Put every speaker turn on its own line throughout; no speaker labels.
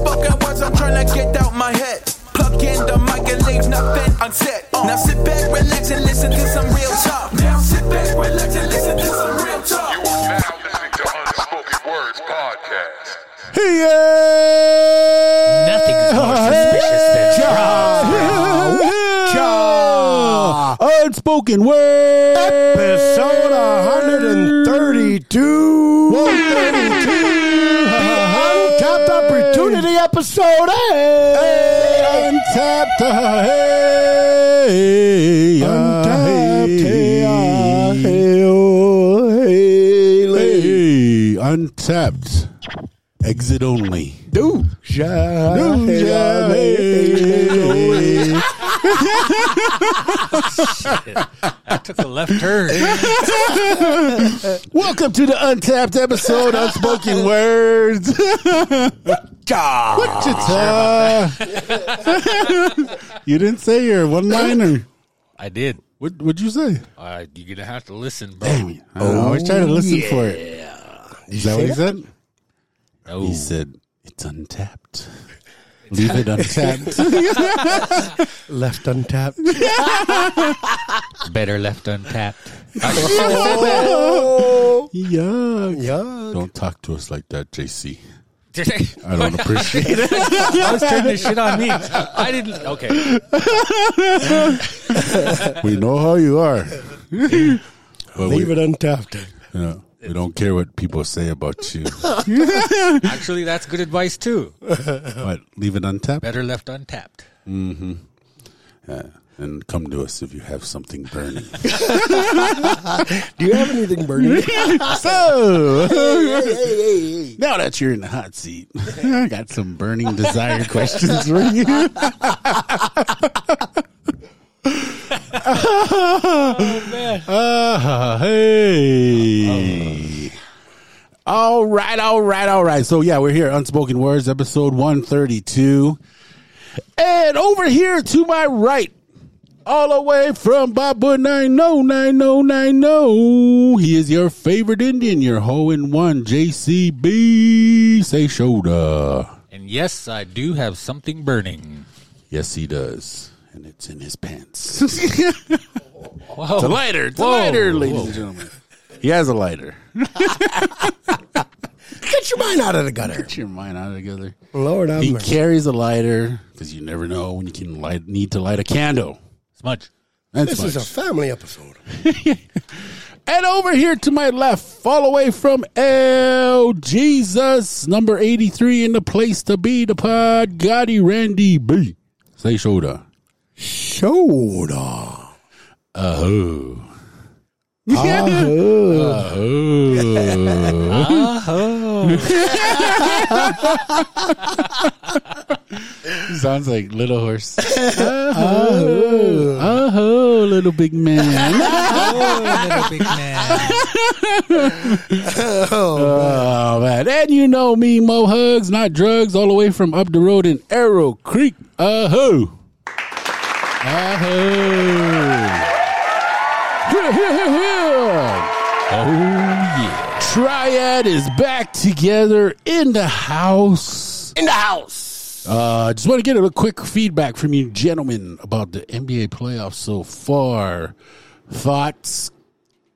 I'm tryna get out my head. Plug in the mic and leave nothing unsaid. Uh, Now sit back, relax, and listen to some real talk. Now sit back, relax, and listen to some real
You
talk.
are now listening to Unspoken Words Podcast.
Yeah.
Nothing's more suspicious than
Yeah. Unspoken word.
Episode 132.
132.
Untapped opportunity episode. Hey.
Untapped. Hey.
Untapped. Hey, ah, hey, oh, hey, lady.
Hey. Untapped. Exit only.
Dude. Ja,
Ooh,
hey, ah,
yeah,
hey, hey, oh, hey.
hey.
I took a left turn.
Welcome to the Untapped episode, Unspoken Words. What you ta- You didn't say your one liner.
I did.
What would you say?
Uh, you're gonna have to listen, bro.
Damn it. Oh, I always try to listen for it. Is that what he said?
No.
He said, It's untapped. Leave it untapped.
Left untapped.
better left untapped.
Oh. Yuck.
Yeah.
Don't talk to us like that, JC.
Did I,
I don't appreciate it.
I was turning this shit on me. I didn't. Okay,
We know how you are. But
Leave
we,
it untapped.
you know, we don't care what people say about you,
actually, that's good advice too.
but leave it untapped.
Better left untapped.
And come to us if you have something burning.
Do you have anything burning?
so, now that you're in the hot seat, I got some burning desire questions for you. Uh, hey. All right, all right, all right. So, yeah, we're here, Unspoken Words, episode 132. And over here to my right, all the way from Babu 909090. He is your favorite Indian, your hoe in one JCB Say shoulder.
And yes, I do have something burning.
Yes, he does. And it's in his pants. it's
Whoa.
a lighter. It's
Whoa.
a lighter,
Whoa.
ladies and gentlemen. He has a lighter.
Get your mind out of the gutter.
Get your mind out of together.
Lord, I'm
He carries a lighter because you never know when you can light, need to light a candle.
Smudge.
That's
This is a
much.
family episode.
And over here to my left, fall away from L Jesus, number 83 in the place to be, the pod, Gotti Randy B. Say shoulder.
Shoulder.
Oh.
Uh-huh.
Uh-huh.
Uh-huh.
Sounds like Little Horse. Oh, oh, little big man.
little big man.
Oh, man. And you know me, Mo Hugs, not drugs, all the way from up the road in Arrow Creek. Uh ho. Uh ho.
Oh yeah.
Triad is back together in the house. In the house. Uh, just want to get a little quick feedback from you gentlemen about the NBA playoffs so far. Thoughts,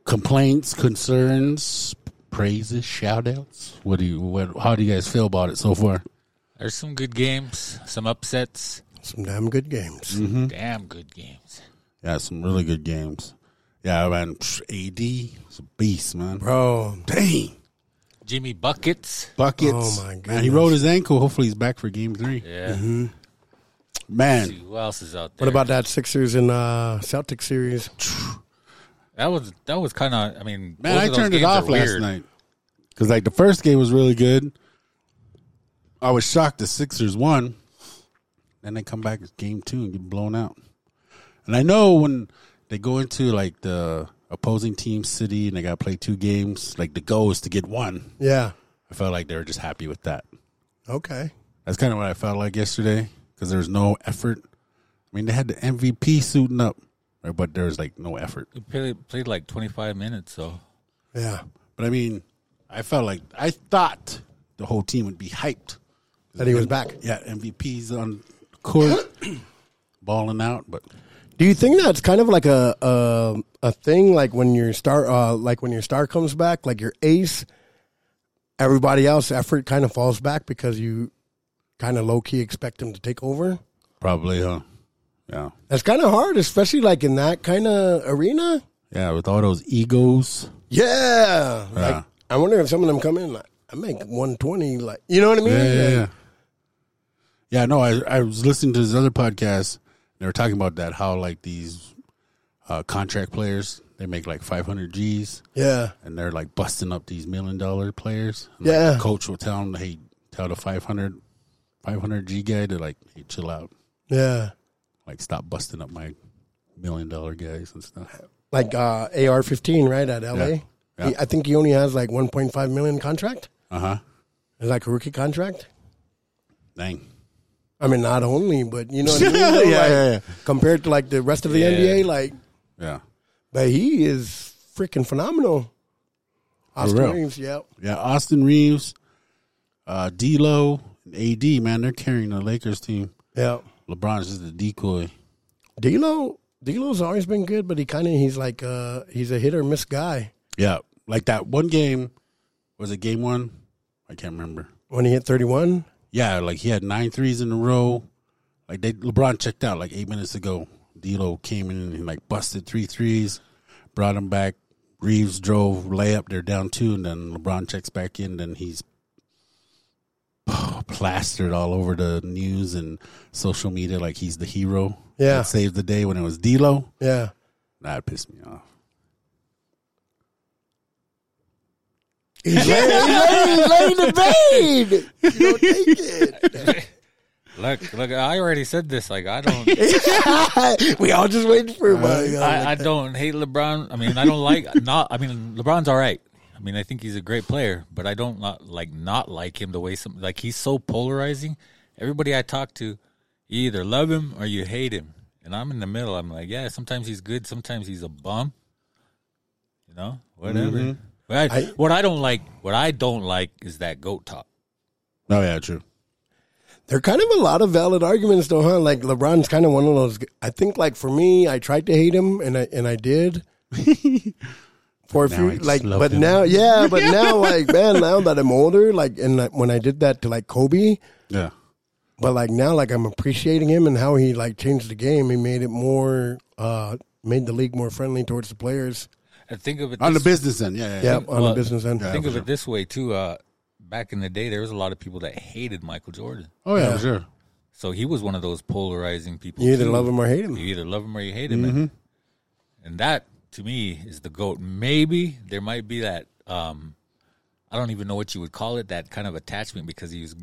complaints, concerns, praises, shout outs. What do you what how do you guys feel about it so far?
There's some good games, some upsets,
Some damn good games.
damn good games.
Yeah, some really good games. Yeah, man, psh, AD is a beast, man.
Bro,
Dang.
Jimmy buckets.
Buckets.
Oh, my
Man, he
goodness.
rolled his ankle. Hopefully he's back for game 3.
Yeah.
Man,
See who else is out there?
what about that Sixers and uh, Celtics series?
that? Was that was kind of? I mean,
Man,
both
I
of those
turned it
games are
off last
weird.
night because like the first game was really good. I was shocked the Sixers won. Then they come back to game two and get blown out. And I know when they go into like the opposing team city and they got to play two games, like the goal is to get one.
Yeah.
I felt like they were just happy with that.
Okay.
That's kind of what I felt like yesterday because there was no effort. I mean, they had the MVP suiting up, right, but there was like no effort.
We played, played like 25 minutes, so
Yeah.
But I mean, I felt like I thought the whole team would be hyped
That he was back.
Yeah, MVP's on court, balling out. But
Do you think that's kind of like a a, a thing? Like when your star, uh, like when your star comes back, like your ace, everybody else effort kind of falls back because you kind of low key expect him to take over.
probably, huh? Yeah,
That's kind of hard, especially like in that kind of arena.
yeah. With all those egos,
Yeah. Like,
Yeah.
I wonder if some of them come in like I make one twenty. Like you know what I mean?
yeah, yeah,
Like,
yeah. Yeah, no, I I was listening to this other podcast. They were talking about that how like these uh, contract players they make like 500 G's
yeah.
and they're like busting up these million dollar players. And,
Yeah.
like, the coach will tell them, hey, tell the 500 500 G guy to like, hey, chill out,
Yeah.
like stop busting up my million dollar guys and stuff.
Like uh, AR fifteen, right at LA.
Yeah. Yeah.
He- I think he only has like one point five million contract.
Uh huh.
It's like a rookie contract.
Dang.
I mean, not only, but you know, what I mean? Though,
Yeah,
like,
yeah, yeah.
Compared to like the rest of the NBA, like,
Yeah.
but he is freaking phenomenal. Austin
real.
Reeves, yeah,
Yeah, Austin Reeves, uh, D'Lo, and AD. Man, they're carrying the Lakers team.
yeah.
LeBron's just a decoy.
D'Lo, D'Lo's always been good, but he kind of he's like uh he's a hit or miss guy.
Yeah, like that one game was it game one? I can't remember.
When he hit thirty one,
Yeah, like he had nine threes in a row. Like they LeBron checked out like eight minutes ago. D'Lo came in and he like busted three threes, brought him back. Reeves drove layup. They're down two, and then LeBron checks back in. Then he's plastered all over the news and social media like he's the hero.
Yeah.
that saved the day when it was D'Lo.
yeah,
That pissed me off.
he's laying, he's laying, he's laying the bait. You don't take it.
Look, look. I already said this. Like, I don't.
we all just waiting for him.
I, I don't hate LeBron. I mean, I don't like not. I mean, LeBron's all right. I mean, I think he's a great player, but I don't not, like not like him the way some like he's so polarizing. Everybody I talk to, you either love him or you hate him, and I'm in the middle. I'm like, yeah, sometimes he's good, sometimes he's a bum. You know, whatever. But I-
I-
what I don't like, what I don't like is that goat talk.
Oh yeah, true.
There are kind of a lot of valid arguments, though, huh? Like LeBron's kind of one of those. I think, like for me, I tried to hate him, and I and I did for a
Now
few.
I just
Like,
love
but
him.
now, yeah, but now, like, man, now that I'm older, like, and like, when I did that to like Kobe,
Yeah,
but like now, like I'm appreciating him and how he like changed the game. He made it more, uh made the league more friendly towards the players.
And think of it
on the
this
business end. Yeah, yeah.
Yeah, on
Well,
the business end.
Think of it this way too. Uh, back in the day, there was a lot of people that hated Michael Jordan,
Oh yeah, for sure.
so he was one of those polarizing people.
You either
too.
love him or hate Mm-hmm. him.
You either love him or you hate him, and, and that to me is the goat. Maybe there might be that. Um, I don't even know what you would call it. That kind of attachment because he was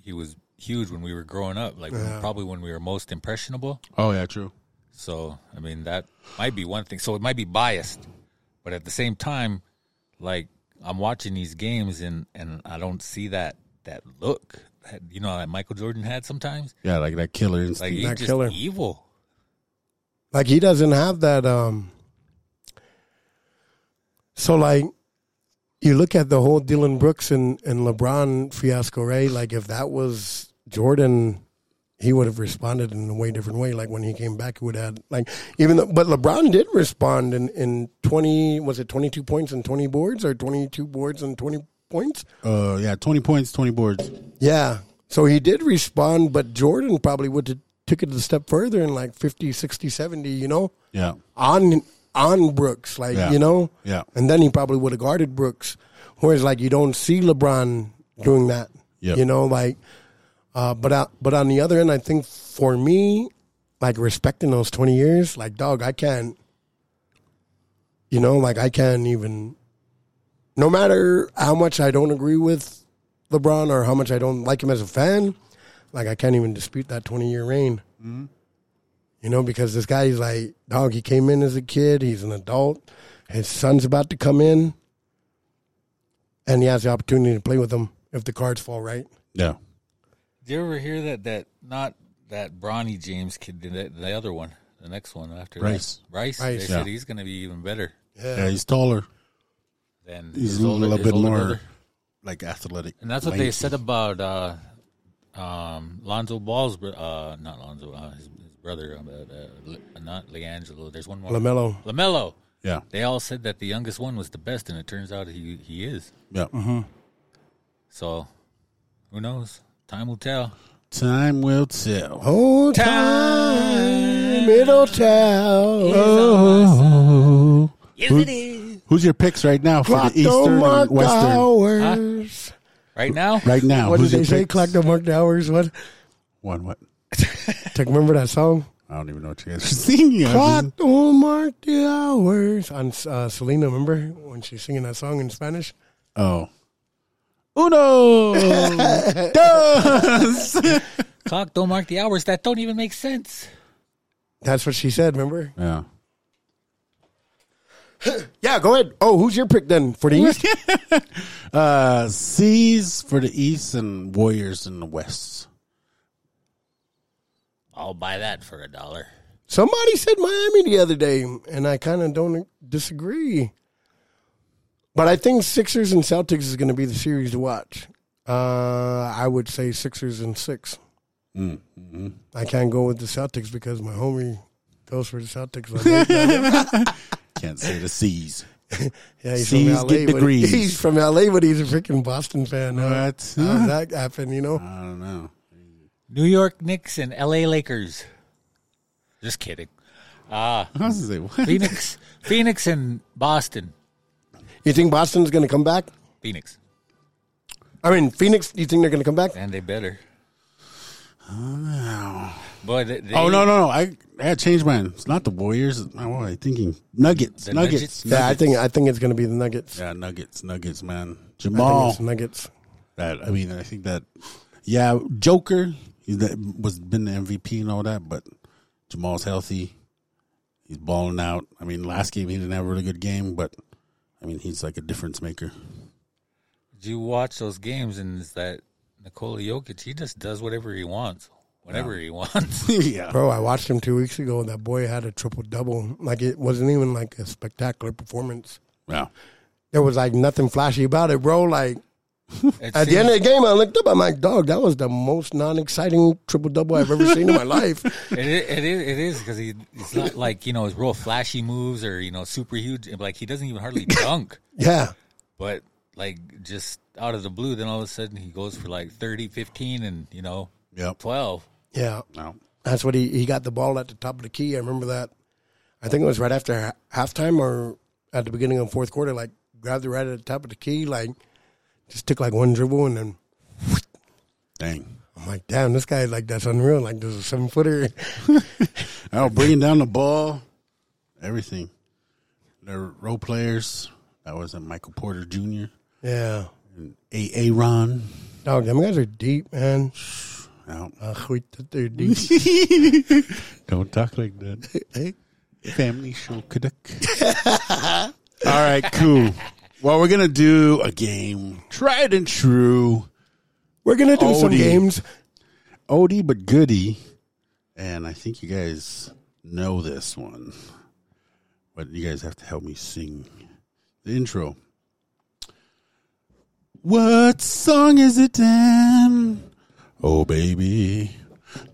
he was huge when we were growing up. Like probably when we were most impressionable.
Oh yeah, true.
So I mean that might be one thing. So it might be biased, but at the same time, like I'm watching these games and and I don't see that that look that you know that Michael Jordan had sometimes.
Yeah, like that killer instinct.
Like he's
That
just
killer.
evil.
Like he doesn't have that. um So like, you look at the whole Dylan Brooks and and LeBron fiasco, right? Like if that was Jordan, he would have responded in a way different way. Like when he came back, he would have like even though. But LeBron did respond in in twenty was it twenty two points and twenty boards or twenty two boards and twenty points?
Uh, yeah, twenty points, twenty boards.
Yeah. So he did respond, but Jordan probably would have took it a step further in like 50, 60, 70, you know?
Yeah,
on on Brooks, like
Yeah.
you know,
Yeah.
And then he probably would have guarded Brooks, whereas like you don't see LeBron doing that,
Yep.
you know, like. Uh, but I, but on the other end, I think for me, like respecting those twenty years, like dog, I can't, you know, like I can't even, no matter how much I don't agree with LeBron or how much I don't like him as a fan, like I can't even dispute that twenty year reign. You know, because this guy is like, dog, he came in as a kid, he's an adult, his son's about to come in, and he has the opportunity to play with him if the cards fall right.
yeah.
Did you ever hear that? That not that Bronny James kid, the, the other one, the next one after
Bryce.
that. Bryce.
Bryce.
They
Yeah.
said he's going to be even better
Yeah, he's taller.
than
He's
his
a
older-
little
his
bit
older
more
brother.
like athletic.
And that's what they
lanky.
said about uh, um, Lonzo Ball's, br- uh, not Lonzo, uh, his, his brother, um, uh, uh, Le- not Leangelo. There's one more.
Lamelo.
Lamelo.
Yeah.
They all said that the youngest one was the best, and it turns out he he is.
Yeah.
Mm-hmm.
So, who knows? Time will tell.
Time will tell.
Oh,
Time.
time, it'll tell.
Oh.
Yes,
Who-
it is.
Who's your picks right now for
Clock
the Eastern
the
and
mark
Western?
hours.
Right now,
Right now,
What did
who's your
they say?
picks?
Clock the mark hours. What?
One what?
Take, remember that song?
I don't even know what you guys are singing.
Clock the mark the hours. On uh, Selena, remember when she's singing that song in Spanish?
Oh. Uno. Dos.
clock don't mark the hours. That don't even make sense.
That's what she said. Remember?
Yeah.
Yeah. Go ahead. Oh, who's your pick then for the East?
Uh, C's for the East and Warriors in the West.
I'll buy that for a dollar.
Somebody said Miami the other day, and I kind of don't disagree. But I think Sixers and Celtics is going to be the series to watch. Uh, I would say Sixers and 6
Mm-hmm.
I can't go with the Celtics because my homie goes for the Celtics. Like that.
Can't say the C's.
yeah, he's
Seas
from LA.
get
but he-
degrees.
he's from LA, but he's a freaking Boston fan. Now,
What? Uh-huh.
How did that happen? You know,
I don't know.
New York Knicks and L.A. Lakers. Just kidding.
I was gonna say, what?
Phoenix, Phoenix and Boston.
you think Boston's going to come back?
Phoenix,
I mean, Phoenix. Do you think they're going to come back?
and they better. Boy, they, they-
Oh no no no! I I changed mine. It's not the Warriors. Oh, what am I thinking? Nuggets,
The
Nuggets,
Nuggets?
Yeah, I
Nuggets.
think I think it's going to be the Nuggets.
yeah, Nuggets, Nuggets, man.
I think it's
Jamal.
Nuggets.
That I mean, I think that. Yeah, Joker. He that was been the MVP and all that, but Jamal's healthy. He's balling out. I mean, last game he didn't have a really good game, but I mean, he's like a difference maker.
Did you watch those games? And it's that Nikola Jokic? He just does whatever he wants, whenever he wants.
yeah,
Bro, I watched him two weeks ago. That boy had a triple double. Like it wasn't even like a spectacular performance.
wow.
There was like nothing flashy about it, bro. Like
It
at the end of the game, I looked up. I'm like, dog, that was the most non-exciting triple double I've ever seen in my life.
It is, it is, it is because he it's not like you know his real flashy moves or you know super huge. Like he doesn't even hardly dunk,
Yeah,
but like just out of the blue, then all of a sudden he goes for like 30, 15, and you know
Yep.
twelve.
yeah.
No.
That's what he he got the ball at the top of the key. I remember that. I think it was right after ha- halftime or at the beginning of fourth quarter. Like grabbed it right at the top of the key. Like just took like one dribble and then
Dang.
I'm like, damn, this guy like that's unreal. Like this is a seven footer.
Oh, bringing down the ball, everything. Their role players. That was a Michael Porter Jr.
Yeah.
A. Ron.
Dog, them guys are deep, man.
Out.
Ugh, we- they're deep.
Don't talk like that. Family show caduc. All right, cool. Well, we're gonna do a game, tried and true,
We're gonna do some
Odie.
games.
oldie but goodie, and I think you guys know this one, but you guys have to help me sing the intro. What song is it, Dan? Oh, baby,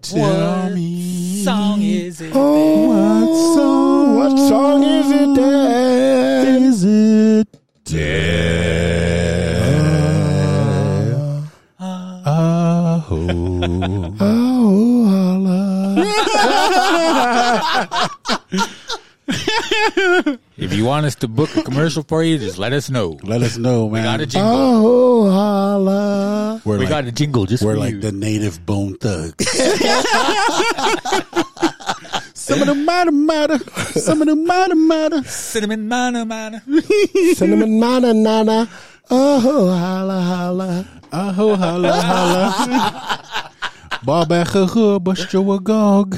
tell me
Song is it?
Oh,
What song?
what song is it, Dan?
Is it dead? Oh.
Oh, holla.
If you want us to book a commercial for you, just let us know.
Let us know, man.
Got a jingle.
Oh, holla.
We're
we
like,
got a jingle just
we're
for
like
you.
the native bone thugs. some of the matter matter. Some of the matter matter.
cinnamon mana mana.
Cinnamon nana nana. Oh, holla, holla.
Aho holla holla. Bob Achahu, bust your agog.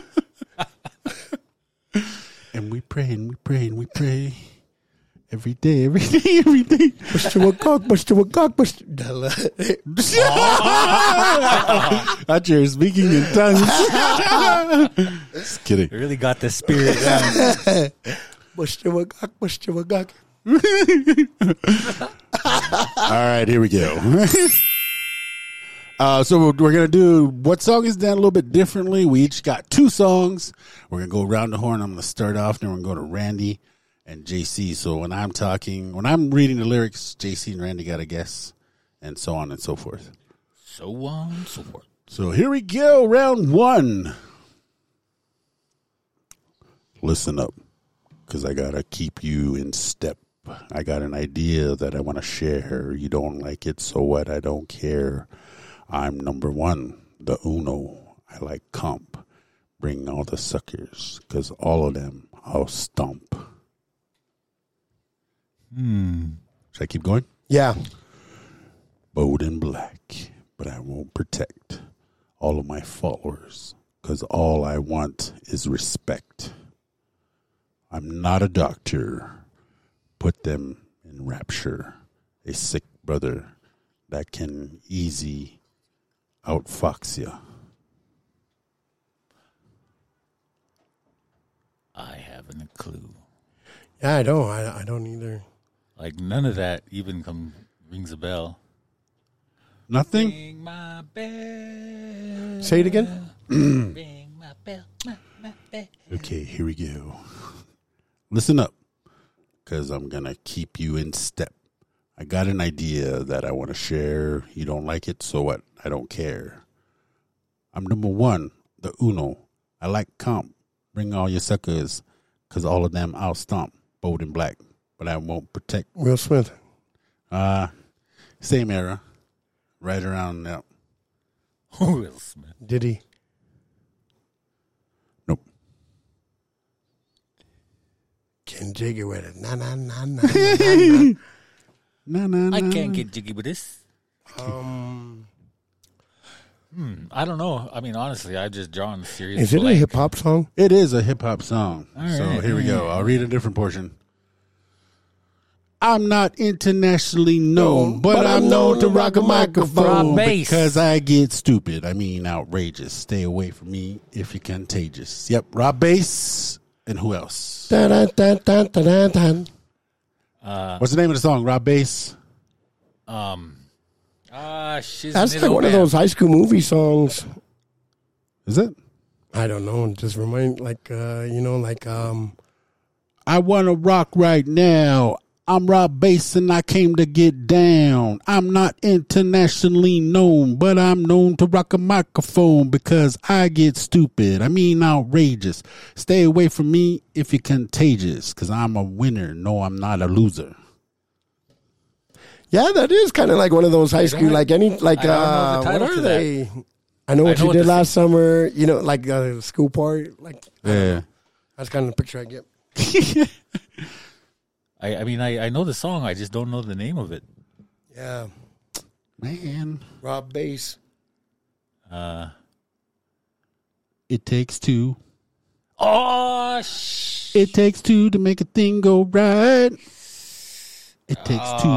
And we pray and we pray and we pray. Every day, every day, every day.
Bush to a cock, bush to a cock, bush to- Della.
Out here speaking in tongues. Just kidding.
Really got the spirit. down.
Bush to a cock, bush to a cock.
All right, here we go. Uh, so we're, we're gonna do what song is that a little bit differently. We each got two songs. We're gonna go around the horn. I'm gonna start off, then we're gonna go to Randy and JC. So when I'm talking, when I'm reading the lyrics, JC and Randy got a guess, and so on and so forth.
So on, and so forth.
So here we go, round one. Listen up, because I gotta keep you in step. I got an idea that I want to share. You don't like it, so what? I don't care. I'm number one, the Uno. I like comp. Bring all the suckers, because all of them I'll stomp. Hmm. Should I keep going?
Yeah.
bowed in black, but I won't protect all of my followers because all I want is respect. I'm not a doctor. Put them in rapture. A sick brother that can easy outfox you.
I haven't a clue.
Yeah, I don't. I, I don't either.
Like none of that even come rings a bell.
Nothing?
Ring my bell.
Say it again.
Ring my bell.
Okay, here we go. Listen up, because I'm going to keep you in step. I got an idea that I want to share. You don't like it, so what? I don't care. I'm number one, the Uno. I like comp. Bring all your suckers, because all of them I'll stomp, bold and black, but I won't protect.
Will Smith.
Uh, same era, right around now.
Will Smith.
Diddy.
Nope.
Can jig it with it. Na na na na. na, na.
Nah, nah,
I
nah.
can't get jiggy with this.
Um,
I don't know. I mean, honestly, I've just drawn a series.
is
of
it a
blank.
hip hop song?
It is a hip hop song. so
right,
here we go. I'll read a different portion. I'm not internationally known, but, I'm known to rock a microphone
Rock bass.
because I get stupid. I mean, outrageous. Stay away from me if you're contagious. Yep, Rob Bass and who else?
Da, da, da, da, da, da, da.
What's the name of the song? Rob Bass.
Ah, shiznit
That's like one of
old man.
those high school movie songs.
Is it?
I don't know. Just remind, like, uh, you know, like, um,
I want to rock right now. I'm Rob Bass and I came to get down. I'm not internationally known, but I'm known to rock a microphone because I get stupid. I mean, outrageous. Stay away from me if you're contagious because I'm a winner. No, I'm not a loser.
yeah, that is kind of like one of those high school, like any, like,
I don't know
uh,
the
what
title
are
to that.
they? I know what
know
you
what
did
the-
last summer. You know, like uh, school party. Like
Yeah.
that's kind of the picture I get.
I, I mean, I, I know the song. I just don't know the name of it.
Yeah,
Man,
Rob Bass.
it takes two.
Oh, sh-
It takes two to make a thing go right. It takes two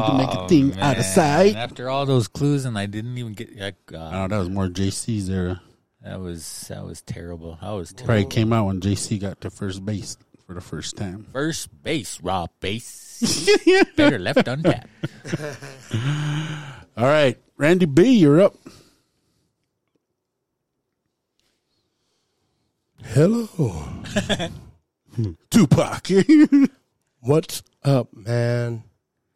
to make a thing out of
man.
sight.
After all those clues, and I didn't even get. I, uh,
Oh, that was more JC's era.
that was that was terrible. That was terrible.
Probably came out when JC got to first base for the first time.
First base, raw base. Better left untapped.
All right, Randy B, you're up.
Hello.
Tupac.
What's up, man?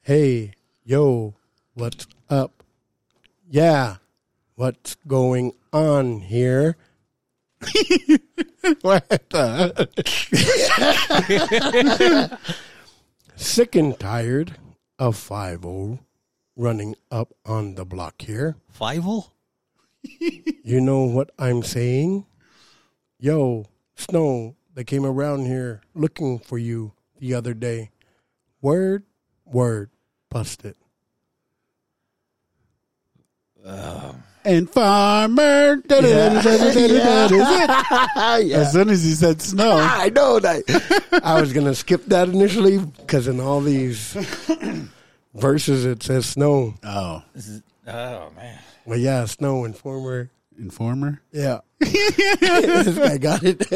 Hey, yo, what's up? Yeah, what's going on here?
what the?
Sick and tired of 5 0 running up on the block here.
Fivel?
You know what I'm saying? Yo, Snow, they came around here looking for you the other day. Word, word, busted.
And farmer. Da-da-da-da-da-da-da. Is it? As soon as he said snow.
I know that. I was gonna skip that initially because in all these verses it says snow.
Oh,
Oh, man.
Well, yeah, snow and former.
informer.
Yeah, this guy got it.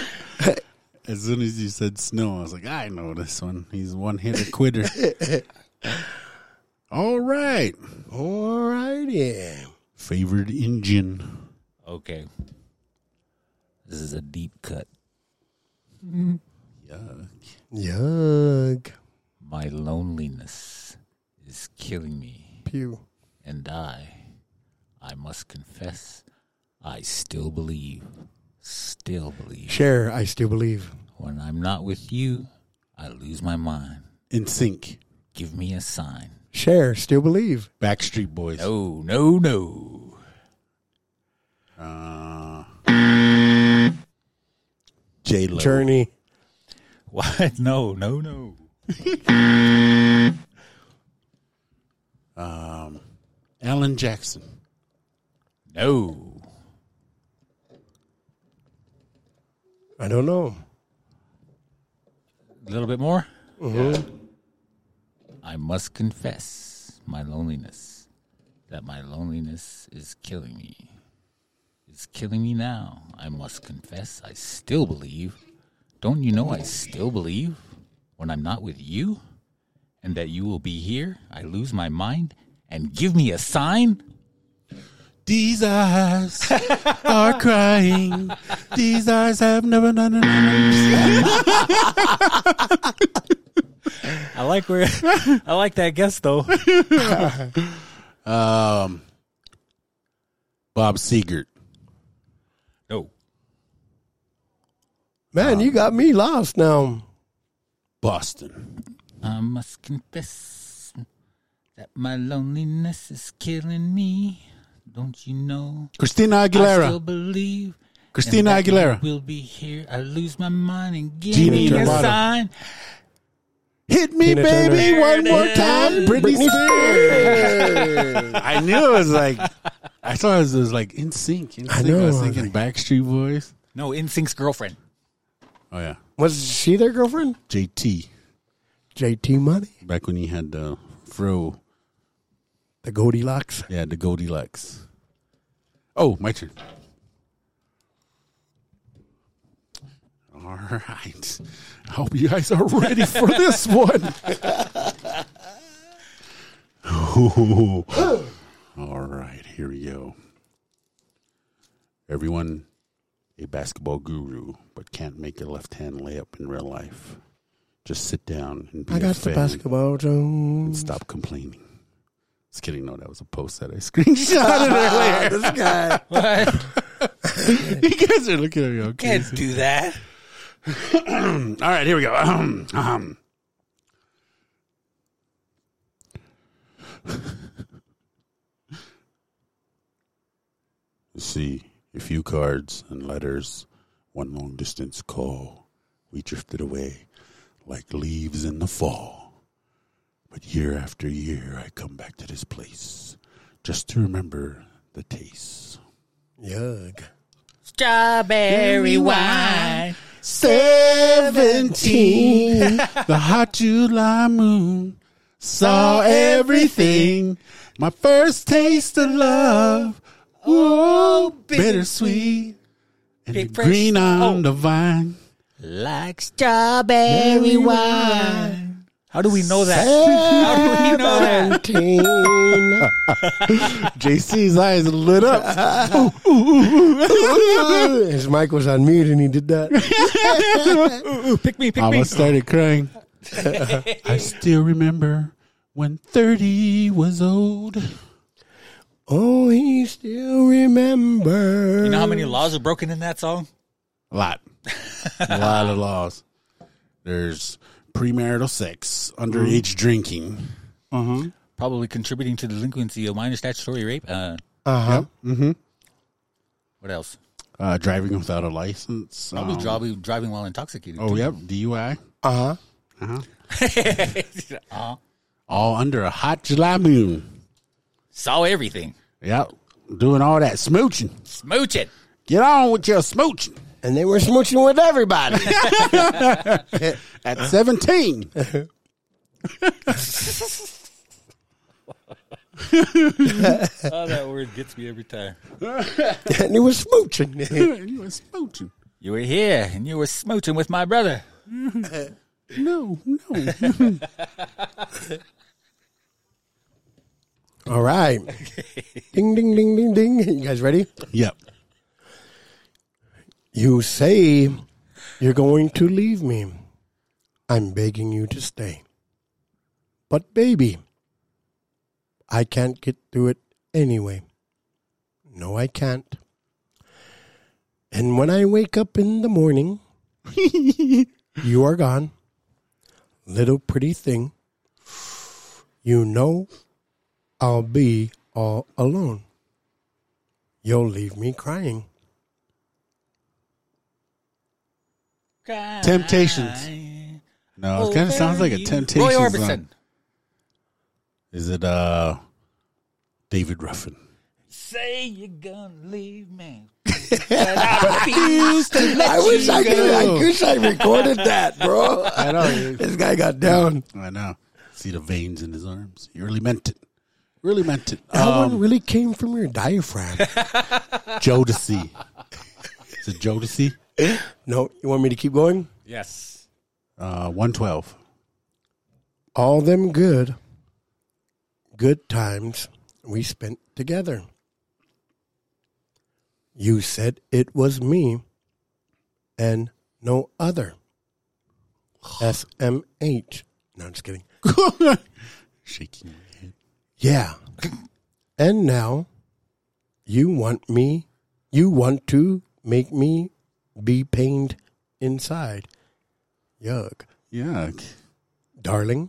As soon as you said snow, I was like, I know this one. He's a one hitter quitter. All right.
Alrighty,
Favored engine.
Okay. This is a deep cut.
Yuck.
Yuck.
My loneliness is killing me,
Pew.
and I, I must confess, I still believe, still believe.
Share, I still believe.
When I'm not with you, I lose my mind.
In sync.
Give me a sign.
Share, still believe.
Backstreet Boys.
No, no, no.
J Lo.
Journey.
What? No, no, no.
Alan Jackson.
No.
I don't know.
A little bit more?
Mhm.
I must confess my loneliness, that my loneliness is killing me. It's killing me now. I must confess, I still believe. Don't you know I still believe when I'm not with you and that you will be here? I lose my mind and give me a sign?
These eyes are crying. These eyes have never done
I like where I like that guess though.
Um, Bob Seger.
No.
Man, you got me lost now.
Boston.
I must confess that my loneliness is killing me. Don't you know?
Christina
I still
Aguilera.
believe.
Christina
and that
Aguilera.
you Will be here. I lose my mind and give
Gina
me a
Germano.
sign.
Hit me,
Tina
baby,
Turner.
one more time. Britney,
Britney
Spears. I knew it was like, I thought it was, it was like in sync. In
I
sync. I,
know,
was
I was
thinking Backstreet Boys.
No, InSync's girlfriend.
Oh, yeah.
Was she their girlfriend?
JT.
JT Money.
Back when he had the fro.
The Goldilocks.
Yeah, the Goldilocks. Oh, my turn. All right. I hope you guys are ready for this one. All right, here we go. Everyone, a basketball guru, but can't make a left hand layup in real life. Just sit down and be
I
a
got the
fan
basketball
and
Jones.
stop complaining. Just kidding. No, that was a post that I screenshotted earlier. this guy.
What?
You guys are looking at me. Okay.
Can't do that.
All right, here we go. Um, Ahem, ahem. See, a few cards and letters, one long distance call. We drifted away like leaves in the fall. But year after year, I come back to this place just to remember the taste.
Yuck.
Strawberry wine.
17 the hot july moon saw everything my first taste of love oh bittersweet and the
Big fresh.
green on
Oh.
the vine
Like strawberry wine. How do we know that? How do we know that?
17.
jc's eyes lit up
His mic was on mute and he did that.
Ooh, pick me, pick
i
me.
almost started crying i still remember when 30 was old
Oh, he still remembers.
You know how many laws are broken in that song?
A lot. a lot of laws. There's premarital sex, underage drinking.
Probably contributing to delinquency of minor statutory rape. Uh,
Uh-huh.
Mm-hmm.
what else?
Uh, driving without a license.
Probably
um,
probably driving while intoxicated.
Oh,
too.
yep. DUI.
Uh-huh.
Uh-huh.
All under a hot July moon.
Saw everything.
Yep. Doing all that smooching.
Smooch it.
Get on with your smooching.
And they were smooching with everybody.
At
Uh-huh.
17.
Oh, that word gets me every time.
and he was smooching.
you were smooching.
You were here and you were smooching with my brother.
No, no.
All right. ding, ding, ding, ding, ding. You guys ready?
Yep.
You say you're going to leave me. I'm begging you to stay. But, baby, I can't get through it anyway. No, I can't. And when I wake up in the morning, you are gone. Little pretty thing. You know I'll be all alone. You'll leave me crying.
Temptations. No, it kind of sounds like a Temptations.
Roy
song.
Orbison.
Is it uh David Ruffin?
Say you're gonna leave me.
I wish I could. I wish I recorded that, bro.
I know.
This guy got down.
I know. See the veins in his arms. He really meant it. Really meant it.
That
Um,
one really came from your diaphragm.
Jodeci. Is it Jodeci?
no, you want me to keep going?
Yes.
Uh, 112.
All them good, good times we spent together. You said it was me and no other. SMH. No, I'm just kidding.
Shaking my head.
Yeah. and now you want me, you want to make me be pained inside. Yuck.
Yuck.
Darling,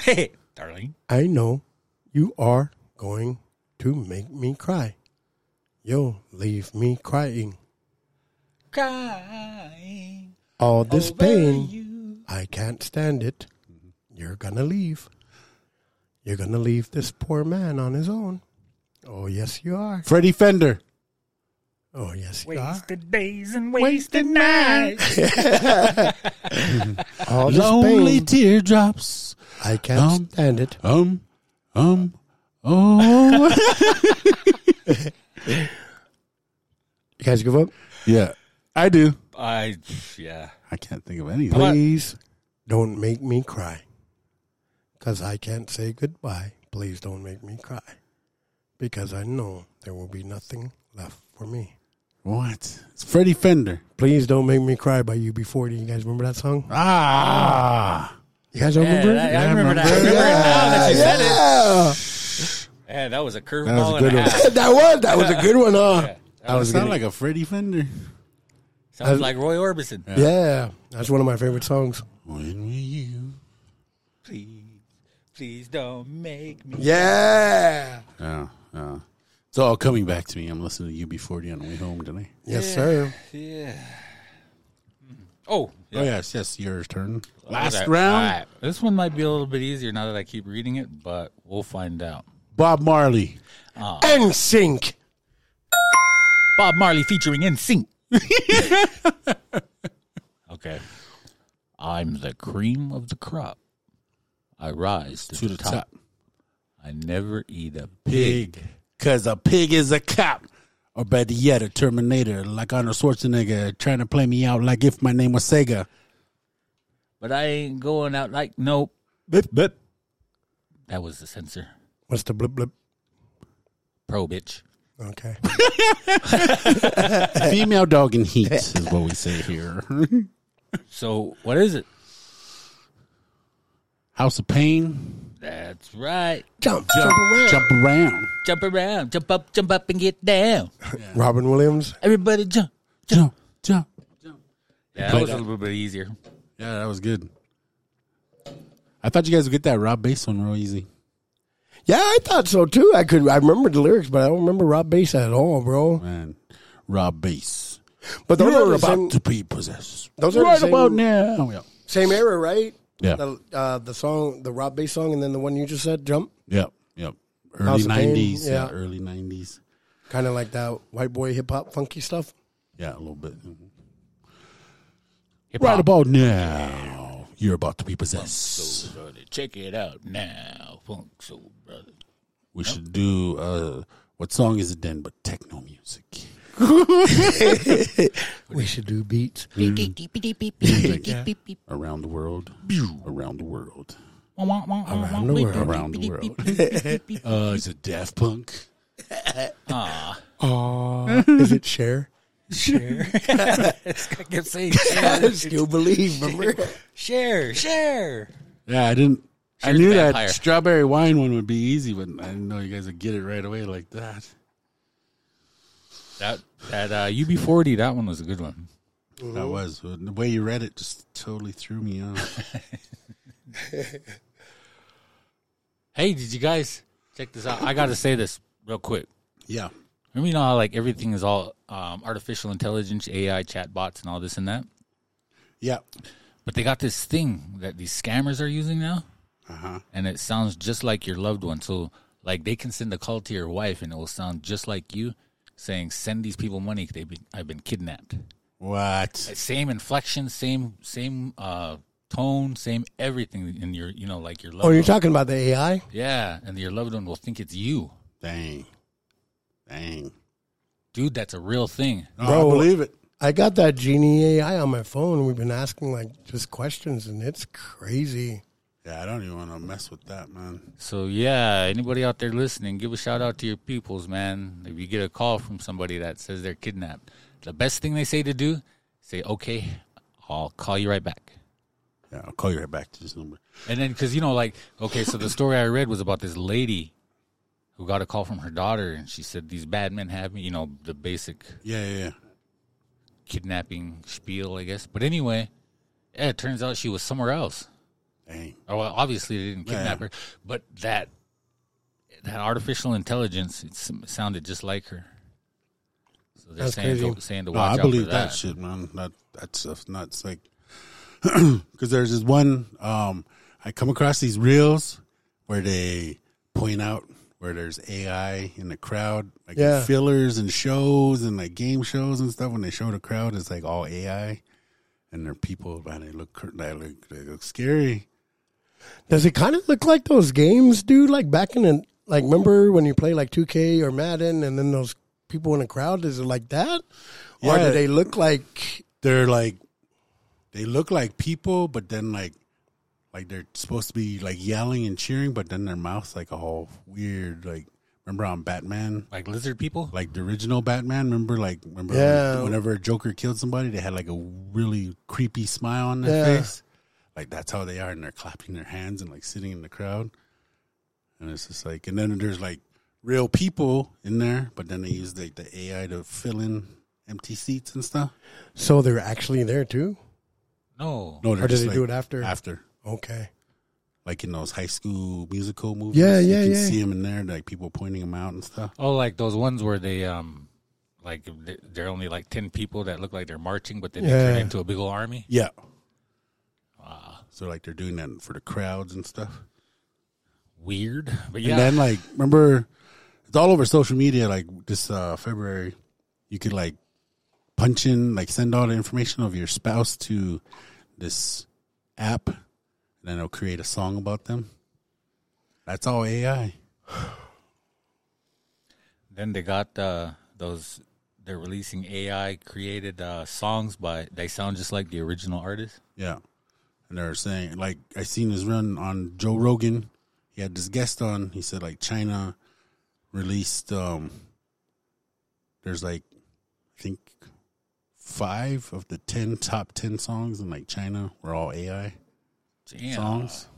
Hey, darling.
I know you are going to make me cry. You'll leave me crying.
Crying.
All this
over
pain,
you.
I can't stand it. You're gonna leave. You're gonna leave this poor man on his own. Oh, yes, you are.
Freddie Fender.
Oh, yes, you are.
Wasted days and wasted nights.
All this
Lonely
pain,
teardrops.
I can't
Um,
stand it.
Um, um, oh.
You guys give up?
yeah, I do.
I, yeah.
I can't think of anything.
about-
Please don't make me cry. Because I can't say goodbye. Please don't make me cry. Because I know there will be nothing left for me.
What? It's Freddie Fender.
Please don't make me cry by UB40. You guys remember that song?
Ah.
You guys don't remember? it?
I, remember that. I remember it now that you said it. Yeah, that was a curveball
good
and a
one.
half.
that was that was a good one, huh?
That was sound like a Freddie Fender.
Sounds like Roy Orbison.
Yeah. that's one of my favorite songs.
When were you?
Please, please don't make me.
Yeah.
Oh, oh. It's all coming back to me. I'm listening to UB40 on the way home today.
Yes, sir.
Yeah. Oh,
Oh, yes, yes, your turn. Last
Okay.
round,
All right. This one might be a little bit easier now that I keep reading it, but we'll find out.
Bob Marley.
And sync.
Bob Marley featuring NSYNC. okay. I'm the cream of the crop. I rise to, the, top. I never eat a pig.
Pig. Because a pig is a cop. Or better yet, a Terminator, like Arnold Schwarzenegger, trying to play me out like if my name was Sega.
But I ain't going out like nope. That was the censor.
What's the blip blip?
Pro bitch.
Okay.
Female dog in heat is what we say here.
So what is it?
House of Pain,
That's right.
Jump, jump around.
Jump Around.
Jump around, jump up, jump up and get down.
Robin Williams.
Everybody jump.
Jump, jump.
Yeah, that was a little bit easier.
Yeah, that was good. I thought you guys would get that Rob Bass one real easy.
Yeah, I thought so too. I could. I remember the lyrics, but I don't remember Rob Bass at all, bro.
Man, Rob Bass.
But those
You're
are the
about
same,
to be possessed.
those are the
Right
same-
about now. Oh, yeah.
same era, right?
Yeah.
The, uh, the song, the Rob Bass song, and then the one you just said, "Jump,"
Yep, yep. Early
House of Pain,
90s. Yeah.
yeah.
early 90s.
kind of like that white boy hip hop funky stuff.
Yeah, a little bit.
Hip-hop.
Right about now, you're about to be possessed.
So, brother, check it out now. Funk Soul Brother.
We should do uh, what song is it then? But techno music.
We should do
Mm.
beats.
Around the world. Around the world.
Around
the world.
Around the world. Uh, is it Daft Punk?
Is it share?
I kept saying share,
Still believe, remember?
share, share.
Yeah, I didn't. I
Sure,
knew
the
that
vampire.
strawberry wine one would be easy, but I didn't know you guys would get it right away like that.
That that uh, UB40, that one was a good one.
That was uh, the way you read it. Just totally threw me off.
Hey, did you guys check this out? I got to say this real quick.
yeah,
Remember, you know how like everything is all um, artificial intelligence, AI, chatbots, and all this and that.
yeah.
But they got this thing that these scammers are using now,
Uh-huh.
and it sounds just like your loved one. So, like, they can send a call to your wife, and it will sound just like you saying, "Send these people money. They've been, I've been kidnapped."
What?
Same inflection, same same uh, tone, same everything in your, you know, like your loved.
Oh,
one.
you're talking about the AI?
yeah, and your loved one will think it's you,
Dang, dang.
dude. That's a real thing.
No,
Bro.
I believe it.
I got that genie AI on my phone. We've been asking like just questions, and it's crazy.
Yeah, I don't even want to mess with that, man.
So yeah, anybody out there listening, give a shout out to your pupils, man. If you get a call from somebody that says they're kidnapped, the best thing they say to do, say, "Okay, I'll call you right back."
Yeah, I'll call you right back to this number.
And then, because you know, like, okay, so the story I read was about this lady who got a call from her daughter, and she said, "These bad men have me." You know, the basic
Yeah, yeah, yeah.
kidnapping spiel, I guess. But anyway, yeah, it turns out she was somewhere else.
Dang.
Oh, well, obviously they didn't kidnap
Yeah.
her, but that that artificial intelligence it s- sounded just like her. So they're
That's
saying
crazy.
to, saying to
No,
watch
I believe
out for
that.
that.
shit, man. That that stuff's nuts. Like, because there's this one. Um, I come across these reels where they point out where there's AI in the crowd, like in
Yeah.
fillers and shows and like game shows and stuff. When they show the crowd, it's like all AI, and they're people, man. They look cur- they look, they look scary.
Does it kind of look like those games, dude? Like back in the like, remember when you play like 2K or Madden, and then those people in the crowd? Is it like that, or
Yeah.
do they look like?
They're like, they look like people, but then like. Like they're supposed to be like yelling and cheering, but then their mouth's like all weird. Like remember on Batman,
Like lizard people.
like the original Batman. Remember, like remember
Yeah.
when- whenever Joker killed somebody, they had like a really creepy smile on their
Yeah.
face. Like that's how they are, and they're clapping their hands and like sitting in the crowd. And it's just like, and then there's like real people in there, but then they use like the AI to fill in empty seats and stuff.
So they're actually there too.
no,
No, they're
Or do
just,
they
like,
do it after?
After,
Okay.
like in those high school musical movies.
Yeah,
you
yeah,
can
yeah.
See them in there, like people pointing them out and stuff.
Oh, like those ones where they um, like th- they're only like ten people that look like they're marching, but then they turn
Yeah.
into a big old army.
Yeah. So like they're doing that for the crowds and stuff.
Weird, but
And
yeah,
then like remember it's all over social media like this uh February you could like punch in like send all the information of your spouse to this app and then it'll create a song about them. That's all AI.
then they got uh, those. They're releasing AI created uh, songs by they sound just like the original artist.
Yeah. And they're saying like I seen this run on Joe Rogan. He had this guest on. He said like China released um there's like I think five of the ten top ten songs in like China were all AI
Damn.
songs.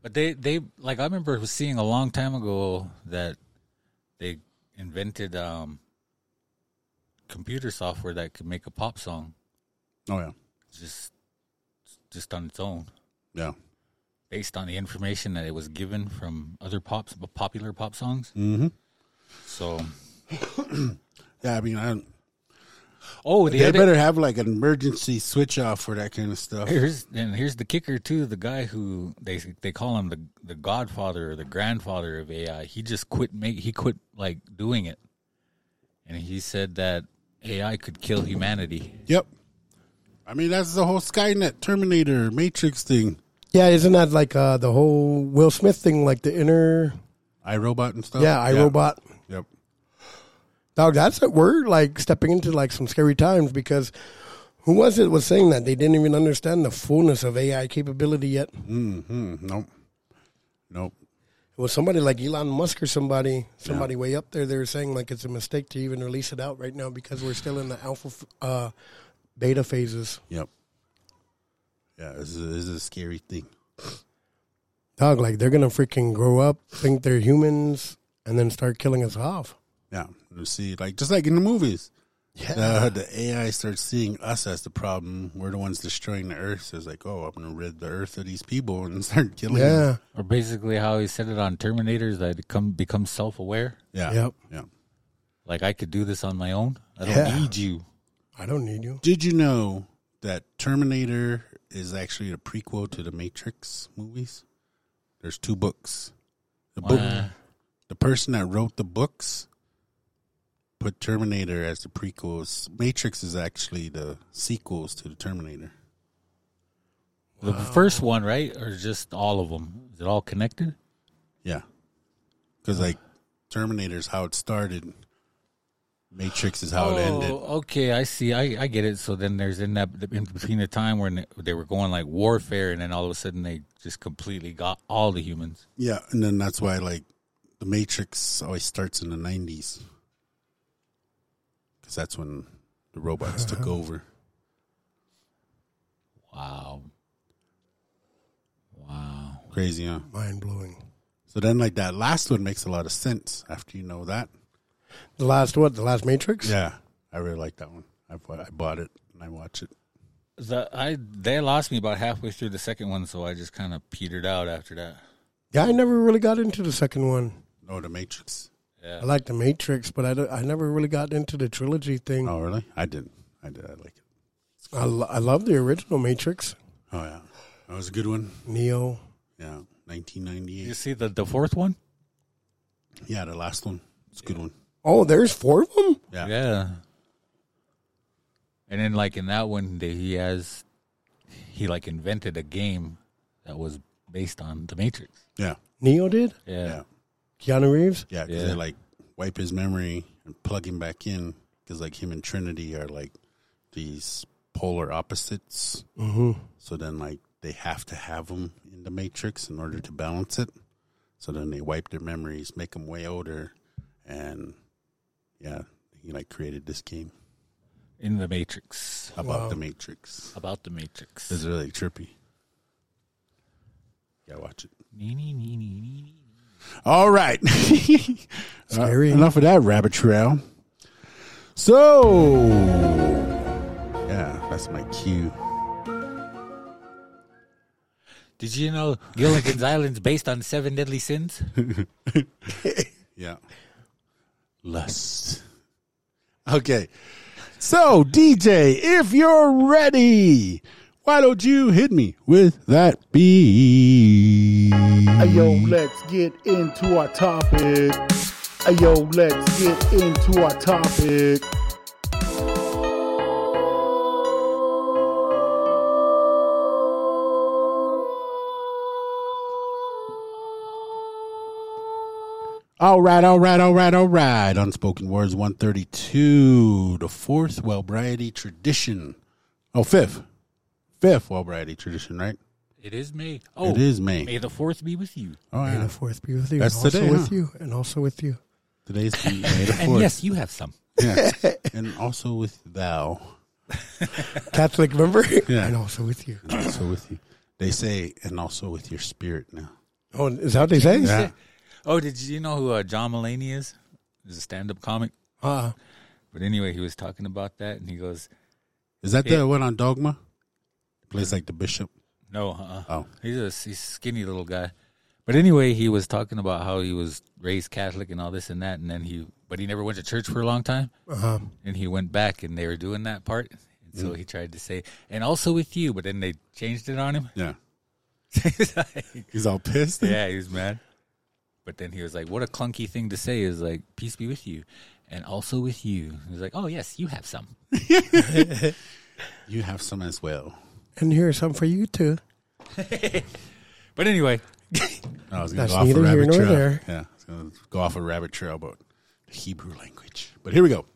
But they, they like I remember seeing a long time ago that they invented um, computer software that could make a pop song
Oh yeah.
just just on its own,
Yeah.
based on the information that it was given from other pops popular pop songs.
Mm-hmm.
So
Yeah, I mean I don't
oh, the
they
other,
better have like an emergency switch off for that kind of stuff.
here's and here's the kicker too. The guy who they they call him the the Godfather or the grandfather of AI. He just quit make he quit like doing it, and he said that AI could kill humanity.
Yep. I mean that's the whole Skynet Terminator Matrix thing.
Yeah, isn't that like uh, the whole Will Smith thing? Like the inner,
iRobot and stuff.
yeah, iRobot.
Yep.
Dog, that's it. We're like stepping into like some scary times because Who was it was saying that they didn't even understand the fullness of AI capability yet? It
Nope. Nope.
was somebody like Elon Musk or somebody, somebody way up there. They were saying like it's a mistake to even release it out right now because we're still in the alpha, f- uh, beta phases.
Yep. Yeah, this is, this is a scary thing.
Dog, like they're gonna freaking grow up, think they're humans, and then start killing us off.
Yeah. You see, like just like in the movies.
Yeah.
Uh, the AI starts seeing us as the problem. We're the ones destroying the earth. So it's like, oh, I'm gonna rid the earth of these people and start killing.
Yeah.
them.
Or basically how he said it on Terminators that it come become self aware.
yeah,
Yep.
yeah.
Like I could do this on my own. I don't
Yeah.
need you.
I don't need you.
Did you know that Terminator is actually a prequel to the Matrix movies? There's two books. The book,
Wow.
the person that wrote the books, put Terminator as the prequels. Matrix is actually the sequels to the Terminator.
The first one, right? Or just all of them? Is it all connected?
Yeah, because like Terminator's how it started. Matrix is how it
Oh,
ended.
okay. I see. I, I get it. So then there's in that in between the time when they were going like warfare, and then all of a sudden they just completely got all the humans.
Yeah, and then that's why like the Matrix always starts in the nineties because that's when the robots took over.
Wow. Wow.
Crazy, huh?
Mind blowing.
So then, like that last one makes a lot of sense after you know that.
The last what? The last Matrix?
Yeah, I really like that one. I bought, I bought it and I watch it.
The I they lost me about halfway through the second one, so I just kind of petered out after that.
Yeah, I never really got into the second one.
No, Oh, the Matrix.
I like the Matrix, but I, don't- I never really got into the trilogy thing.
Oh, really? I did. I did. I like it.
I, lo- I love the original Matrix,
Oh yeah, that was a good one.
Neo.
Yeah, nineteen ninety
You
eight.
see the the fourth one?
Yeah, the last one. It's a good one.
Oh, there's four of them.
Yeah.
Yeah. And then like in that one, they, he has he like invented a game that was based on the Matrix.
Yeah.
Neo did.
Yeah.
Yeah.
Keanu Reeves.
Yeah, 'cause
Yeah.
they like wipe his memory and plug him back in because like him and Trinity are like these polar opposites. Mm-hmm. So then like they have to have him in the Matrix in order to balance it. So then they wipe their memories, make him way older, and yeah, he like created this game
In the Matrix.
about the Matrix.
About the Matrix.
It's really trippy. Yeah, watch it.
Nee, nee, nee, nee, nee, nee.
All right.
Scary.
Uh, enough of that rabbit trail. So, yeah, that's my cue.
Did you know Gilligan's Island's based on seven deadly sins?
Yeah. Lust. Okay. So, DJ, if you're ready, why don't you hit me with that beat?
Ayo, let's get into our topic. Ayo, let's get into our topic.
All right, all right, all right, all right. Unspoken Words 132, the fourth Wellbriety tradition. Oh, fifth. Fifth Wellbriety tradition, right?
It is May. Oh,
it is May.
May the fourth be with you.
All
May
right.
the fourth be with you.
That's
and also
today,
with
huh?
you, and also with you.
Today's the, May the
And
fourth.
yes, you have some.
Yeah. And also with thou.
Catholic, remember?
Yeah.
And also with you.
And also with you. They say, and also with your spirit now.
Oh, is that what they say?
Yeah.
Oh, did you know who uh, John Mulaney is? He's a stand-up comic.
Uh,
But anyway, he was talking about that, and he goes,
Is that the one on Dogma? Plays like the bishop.
"No, uh-uh.
Oh.
he's a he's a skinny little guy." But anyway, he was talking about how he was raised Catholic and all this and that, and then he, but he never went to church for a long time,
uh,
and he went back, and they were doing that part, and
Mm.
so he tried to say, "And also with you," but then they changed it on him.
Yeah.
He's like-
He's all pissed.
yeah, he was mad. But then he was like, "What a clunky thing to say!" Is like, "Peace be with you," and also with you. He's like, "Oh yes, you have some."
You have some as well.
and here's some for you too.
But anyway,
I was going
That's
to go off a
neither here
rabbit
nor
trail.
there.
Yeah, I was going to go off a rabbit trail about the Hebrew language. But here we go.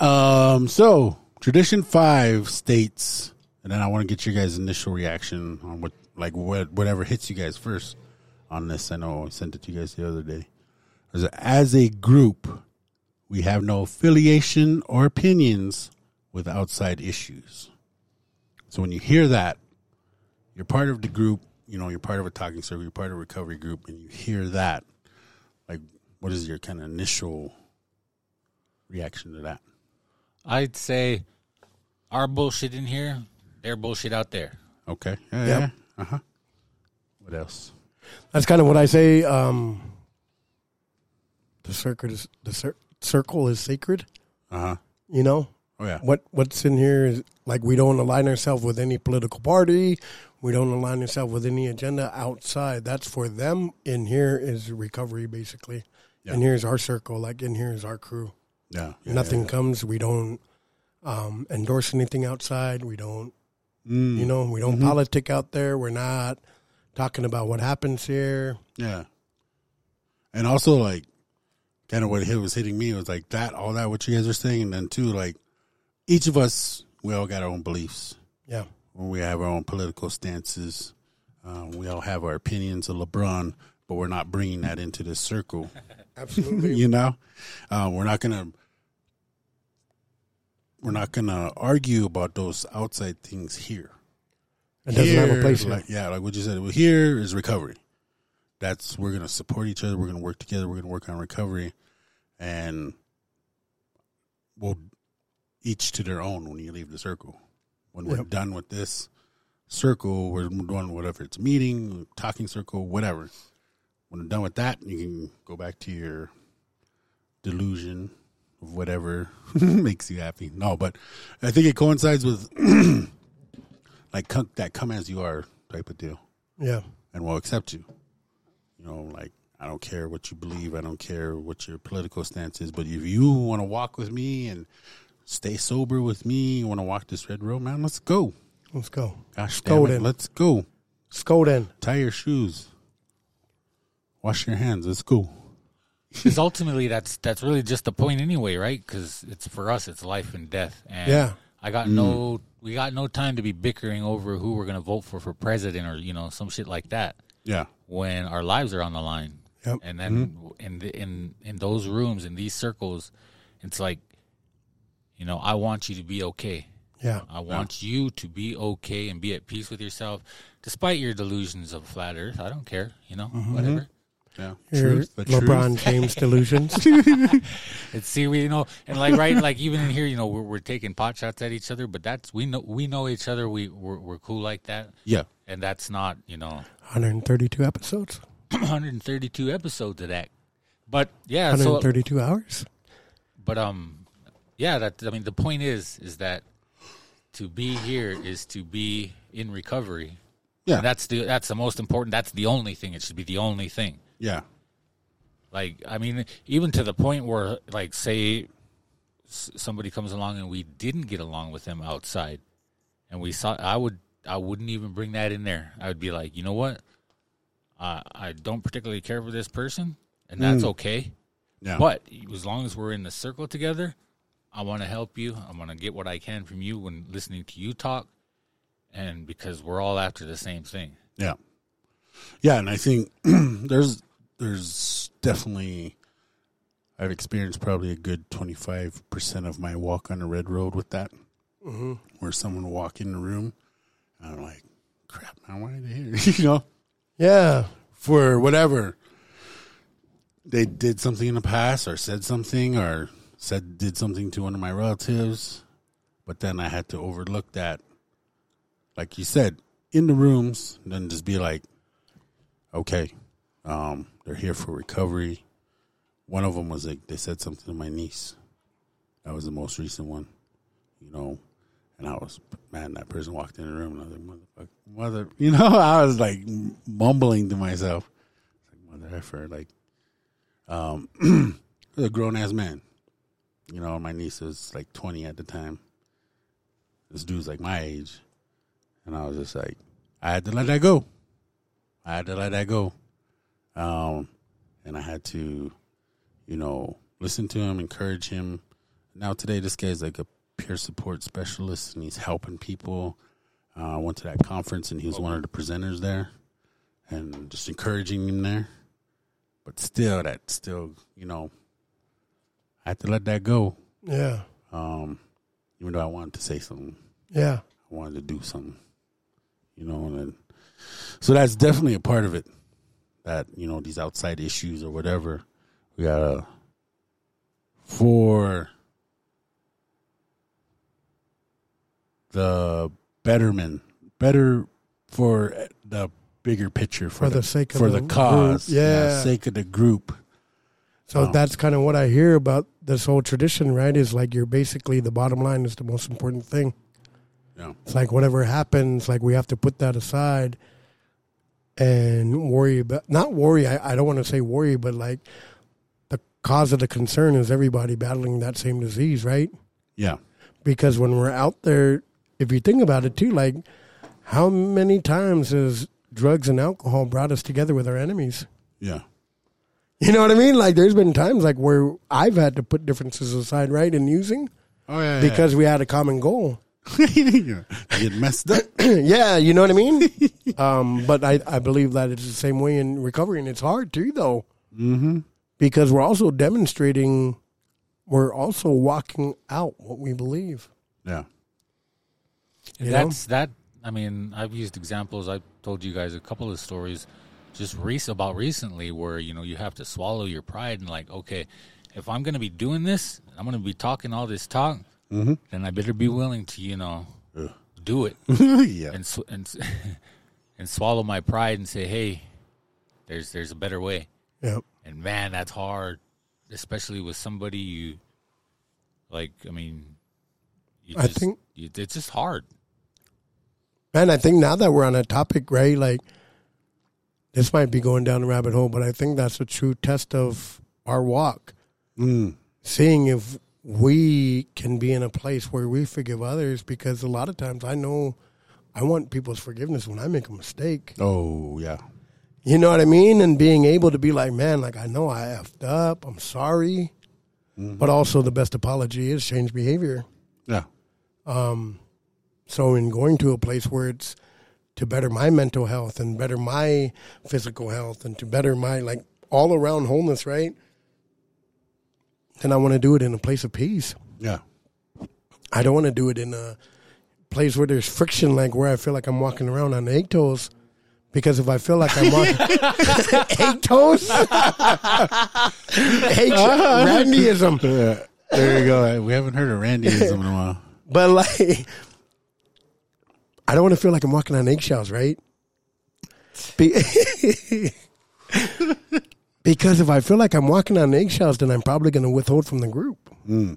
Um, so Tradition five states, and then I want to get your guys' initial reaction on what, like, what whatever hits you guys first on this. I know I sent it to you guys the other day. As a, as a group, we have no affiliation or opinions with outside issues. So when you hear that, you're part of the group. You know, you're part of a talking circle. You're part of a recovery group, and you hear that. Like, what is your kind of initial reaction to that?
I'd say our bullshit in here, their bullshit out there.
Okay. Yeah.
Yep.
yeah. Uh huh. What else?
That's kind of what I say. Um, the circle is the cir- circle is sacred.
Uh huh.
You know
Oh yeah.
what? What's in here is like we don't align ourselves with any political party. We don't align ourselves with any agenda outside. That's for them. In here is recovery, basically.
Yeah.
And here's our circle. Like in here is our crew.
Yeah. yeah,
Nothing
yeah.
comes. We don't um, endorse anything outside. We don't
Mm, Mm-hmm.
You know, we don't politic out there. We're not talking about what happens here.
yeah. And also like, kind of what hit was hitting me was like that. All that what you guys are saying, and then too like, each of us we all got our own beliefs.
Yeah.
We have our own political stances. Um, we all have our opinions of LeBron, but we're not bringing that into this circle.
Absolutely.
you know, uh, we're not gonna we're not gonna argue about those outside things here.
It doesn't have a
Here,
place here.
like, yeah, like what you said. Well, here is recovery. That's we're gonna support each other. We're gonna work together. We're gonna work on recovery, and we'll each to their own when you leave the circle. When we're
Yep.
done with this circle, we're doing whatever it's meeting, talking circle, whatever. When we're done with that, you can go back to your delusion of whatever makes you happy. No, but I think it coincides with like come, that come as you are type of deal,
yeah.
and we'll accept you. You know, like I don't care what you believe, I don't care what your political stance is, but if you want to walk with me and stay sober with me, you want to walk this red road, man, let's go.
Let's go.
Gosh, damn
go
it,
then.
let's go.
Let's go then.
Tie your shoes, wash your hands. Let's go.
Because ultimately, that's that's really just the point anyway, right? Because it's for us, it's life and death. And
Yeah.
I got no, we got no time to be bickering over who we're gonna vote for for president or you know some shit like that
Yeah,
when our lives are on the line.
Yep.
And then in the, in in those rooms in these circles, it's like, you know, I want you to be okay.
Yeah.
I want you to be okay and be at peace with yourself, despite your delusions of flat Earth. I don't care, you know, whatever.
yeah.
Here,
the
LeBron James delusions.
It's see, we you know, and like right, like even in here, you know, we're, we're taking pot shots at each other, but that's we know we know each other. We we're, we're cool like that,
Yeah,
and that's not you know,
132 episodes.
132 episodes of that. But yeah, so
132 hours.
but um, yeah, that I mean, the point is is that to be here is to be in recovery.
yeah,
And that's the that's the most important. That's the only thing. It should be the only thing.
yeah,
Like, I mean, even to the point where, like, say s- somebody comes along and we didn't get along with them outside, and we saw, I would, I wouldn't even bring that in there. I would be like, you know what, I, I don't particularly care for this person, and that's okay.
yeah.
But as long as we're in the circle together, I want to help you. I want to get what I can from you when listening to you talk, and because we're all after the same thing.
Yeah. Yeah, and I think there's there's definitely I've experienced probably a good 25% of my walk on the red road with that. Where someone will walk in the room and I'm like, crap, man, why are they here? you know,
Yeah.
for whatever they did something in the past or said something or said did something to one of my relatives, but then I had to overlook that like you said, in the rooms, and then just be like, okay, um, they're here for recovery. One of them was like, they said something to my niece. That was the most recent one, you know. And I was, man, that person walked in the room, and I was like, motherfucker, mother, you know, I was like mumbling to myself, like, mother effer, like, um, a grown ass man. You know, my niece was like 20 at the time. This dude's like my age. And I was just like, I had to let that go. I had to let that go. Um, and I had to, you know, listen to him, encourage him. Now today, this guy's like a peer support specialist, and he's helping people. Uh, I went to that conference, and he was one of the presenters there, and just encouraging him there. But still, that still, you know, I had to let that go.
Yeah.
Um, even though I wanted to say something,
Yeah.
I wanted to do something, you know, and then, so that's definitely a part of it. That you know these outside issues or whatever, we gotta for the betterment, better for the bigger picture, for,
For the sake of
for
the
the, cause,
group,
for
yeah.
the sake of the group.
So that's kind of what I hear about this whole tradition, right? Is like you're basically the bottom line is the most important thing.
Yeah.
It's like whatever happens, like we have to put that aside and worry about not worry. I, I don't want to say worry, but like the cause of the concern is everybody battling that same disease, right?
Yeah,
because when we're out there, if you think about it too, like how many times has drugs and alcohol brought us together with our enemies?
yeah,
You know what I mean? Like there's been times like where I've had to put differences aside, right, in using
oh yeah,
because we had a common goal.
get messed up.
yeah, you know what I mean? um, but I, I believe that it's the same way in recovery, and it's hard too, though. Mm-hmm. Because we're also demonstrating, we're also walking out what we believe.
Yeah,
know?
That's that. I mean, I've used examples. I told you guys a couple of stories just rec- about recently where you know you have to swallow your pride and like, okay, if I'm going to be doing this, I'm going to be talking all this talk,
Mm-hmm.
then I better be willing to you know do it
yeah.
and sw- and s- and swallow my pride and say, hey, there's there's a better way.
Yep.
And man, that's hard, especially with somebody you like. I mean, you
I
just,
think-
you, it's just hard.
And I think now that we're on a topic, right? Like, this might be going down a rabbit hole, but I think that's a true test of our walk. Seeing if we can be in a place where we forgive others, because a lot of times I know I want people's forgiveness when I make a mistake.
Oh yeah.
You know what I mean? And being able to be like, man, like, I know I effed up. I'm sorry. But also, the best apology is change behavior.
Yeah.
So in going to a place where it's to better my mental health and better my physical health and to better my like all around wholeness, right? Then I want to do it in a place of peace.
Yeah.
I don't want to do it in a place where there's friction, like where I feel like I'm walking around on eggshells. Because if I feel like I'm walking eggshells, Egg- Randyism.
Yeah. There you go. We haven't heard of Randyism in a while.
But like, I don't want to feel like I'm walking on eggshells, right? Be- because if I feel like I'm walking on eggshells, then I'm probably going to withhold from the group.
and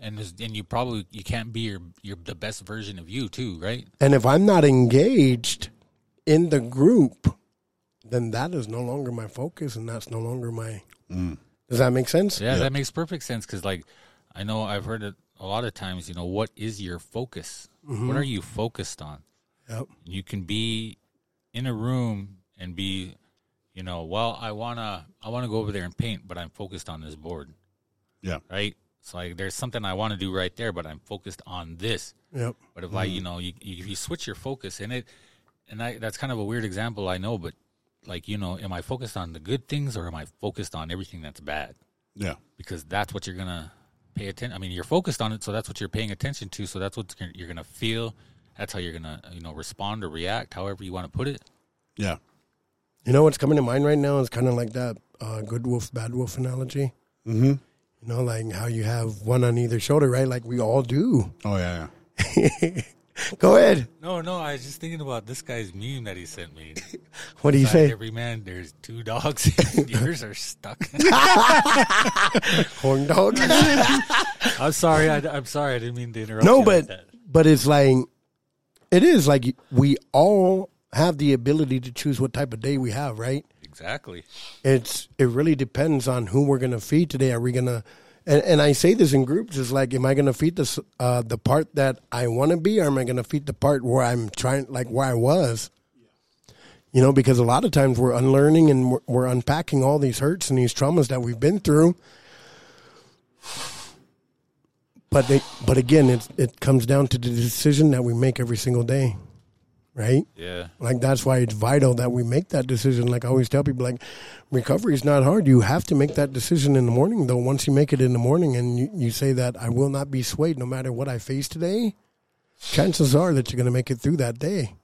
is- and you probably you can't be your your the best version of you too, right?
And if I'm not engaged in the group, then that is no longer my focus, and that's no longer my. Does that make sense?
Yeah, that makes perfect sense because like I know I've heard it a lot of times. You know, what is your focus? What are you focused on?
Yep.
You can be in a room and be, you know, well, I wanna I wanna go over there and paint, but I'm focused on this board,
Yeah.
right? So like, there's something I want to do right there, but I'm focused on this.
Yep.
But if like you know you, you if you switch your focus and it, and I, that's kind of a weird example I know, but like you know, am I focused on the good things or am I focused on everything that's bad?
Yeah.
Because that's what you're gonna pay attention. I mean, you're focused on it, so that's what you're paying attention to. So that's what you're gonna feel. That's how you're gonna you know respond or react, however you want to put it.
Yeah.
You know what's coming to mind right now is kind of like that uh, good wolf, bad wolf analogy. Mm-hmm. You know, like how you have one on either shoulder, right? Like we all do.
Oh yeah.
Go ahead.
No, no, I was just thinking about this guy's meme that he sent me.
What do you say?
Every man, there's two dogs. Yours are stuck.
Corn dog?
I'm sorry. I, am sorry. I didn't mean to interrupt.
no, but but it's like it is like we all have the ability to choose what type of day we have, right?
exactly.
It's it really depends on who we're gonna feed today. Are we gonna and, and I say this in groups is like, am I gonna feed this uh, the part that I want to be, or am I gonna feed the part where I'm trying, like where I was? You know, because a lot of times we're unlearning and we're, we're unpacking all these hurts and these traumas that we've been through. But they, but again, it it comes down to the decision that we make every single day, right?
Yeah.
Like that's why it's vital that we make that decision. Like I always tell people, like recovery is not hard. You have to make that decision in the morning, though. Once you make it in the morning, and you, you say that I will not be swayed, no matter what I face today, chances are that you're going to make it through that day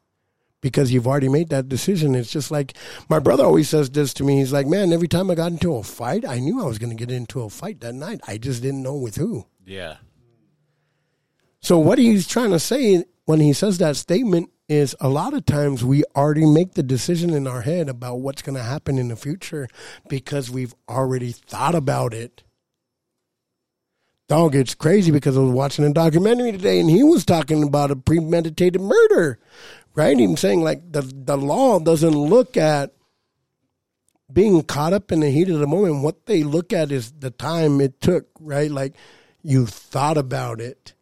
because you've already made that decision. It's just like my brother always says this to me. He's like, man, every time I got into a fight, I knew I was going to get into a fight that night. I just didn't know with who.
Yeah.
So what he's trying to say when he says that statement is a lot of times we already make the decision in our head about what's going to happen in the future because we've already thought about it. Dog, it's crazy because I was watching a documentary today and he was talking about a premeditated murder, right? He was saying like the the law doesn't look at being caught up in the heat of the moment. What they look at is the time it took, right? Like you thought about it.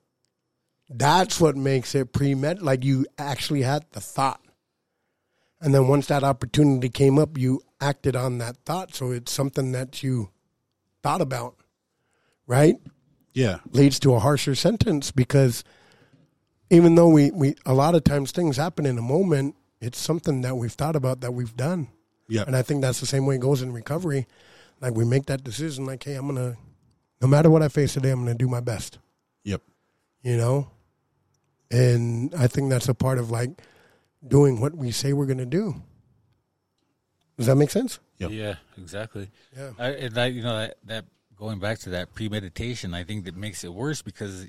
That's what makes it premed. Like you actually had the thought, and then once that opportunity came up, you acted on that thought. So it's something that you thought about, right?
Yeah.
Leads to a harsher sentence because even though we, we a lot of times things happen in a moment, it's something that we've thought about that we've done.
Yeah.
And I think that's the same way it goes in recovery. Like we make that decision, like, hey, I'm gonna, no matter what I face today, I'm gonna do my best
yep.
you know and i think that's a part of like doing what we say we're going to do does that make sense
Yep.
Yeah, exactly.
Yeah.
I, and that you know that, that going back to that premeditation, I think that makes it worse because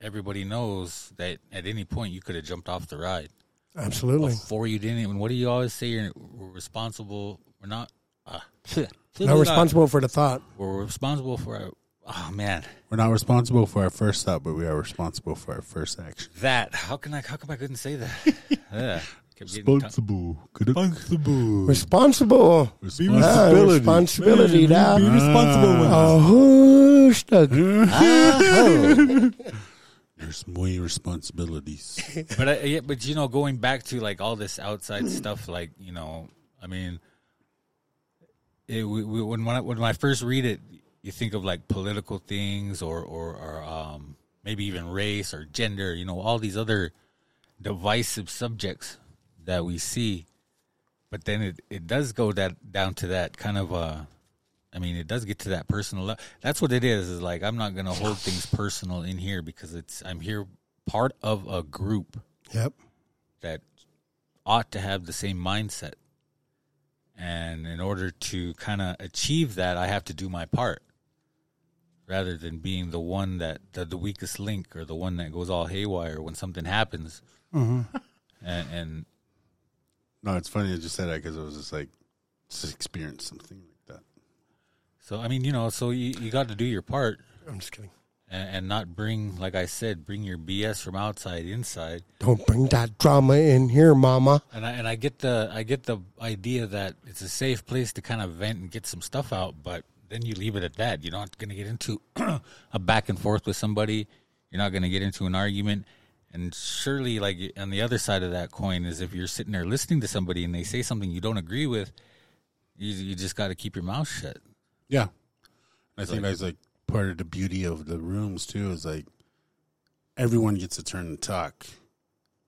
everybody knows that at any point you could have jumped off the ride
absolutely
before you didn't. even what do you always say? You're we're responsible. We're not. Uh,
not responsible for the thought
We're responsible for. Our, oh man,
We're not responsible for our first thought, but we are responsible for our first action.
that. How can I? How come I couldn't say that? yeah. Kept getting tongue-
Responsible.
responsible Ah,
Responsibility.
responsibility now
responsible with
oh who's the
There's more responsibilities.
but I, yeah, but you know, going back to like all this outside stuff, like you know, I mean, it, we, we, when when I, when I first read it, you think of like political things or or, or um, maybe even race or gender, you know, all these other divisive subjects that we see. But then it, it does go that down to that kind of uh, I mean, it does get to that personal. le- That's what it is. Is like I'm not gonna hold things personal in here because it's I'm here part of a group
yep
that ought to have the same mindset. And in order to kind of achieve that, I have to do my part rather than being the one that the, the weakest link or the one that goes all haywire when something happens. And, and
No, it's funny. I just said that because I was just like, just experience something like that.
so, I mean, you know, so you, you got to do your part
i'm just kidding
and, and not bring, like I said, bring your BS from outside inside.
don't bring that drama in here mama
And I and I get the I get the idea that it's a safe place to kind of vent and get some stuff out, but then you leave it at that. You're not going to get into a back and forth with somebody. You're not going to get into an argument. And surely, like on the other side of that coin, is if you're sitting there listening to somebody and they say something you don't agree with, you you just got to keep your mouth shut.
Yeah. I think that's like part of the beauty of the rooms too is like everyone gets a turn to talk.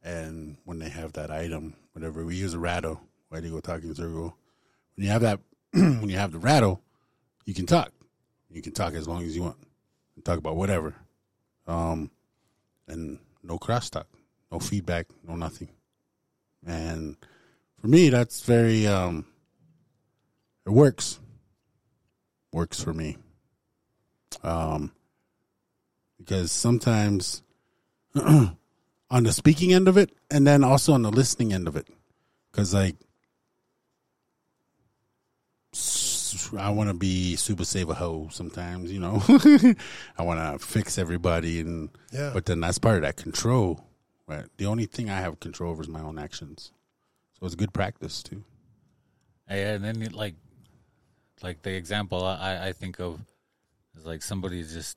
And when they have that item, whatever we use a rattle, why do you go talking circle? When you have that when you have the rattle, you can talk. You can talk as long as you want. You talk about whatever. Um and no crosstalk, no feedback, no nothing. And for me that's very um it works works for me. Um, because sometimes on the speaking end of it, and then also on the listening end of it, because like s- I want to be super save a hoe sometimes, you know. I want to fix everybody, and
Yeah.
but then that's part of that control. Right. The only thing I have control over is my own actions, so it's good practice too.
Yeah, and then it, like, like the example I, I think of is like somebody's just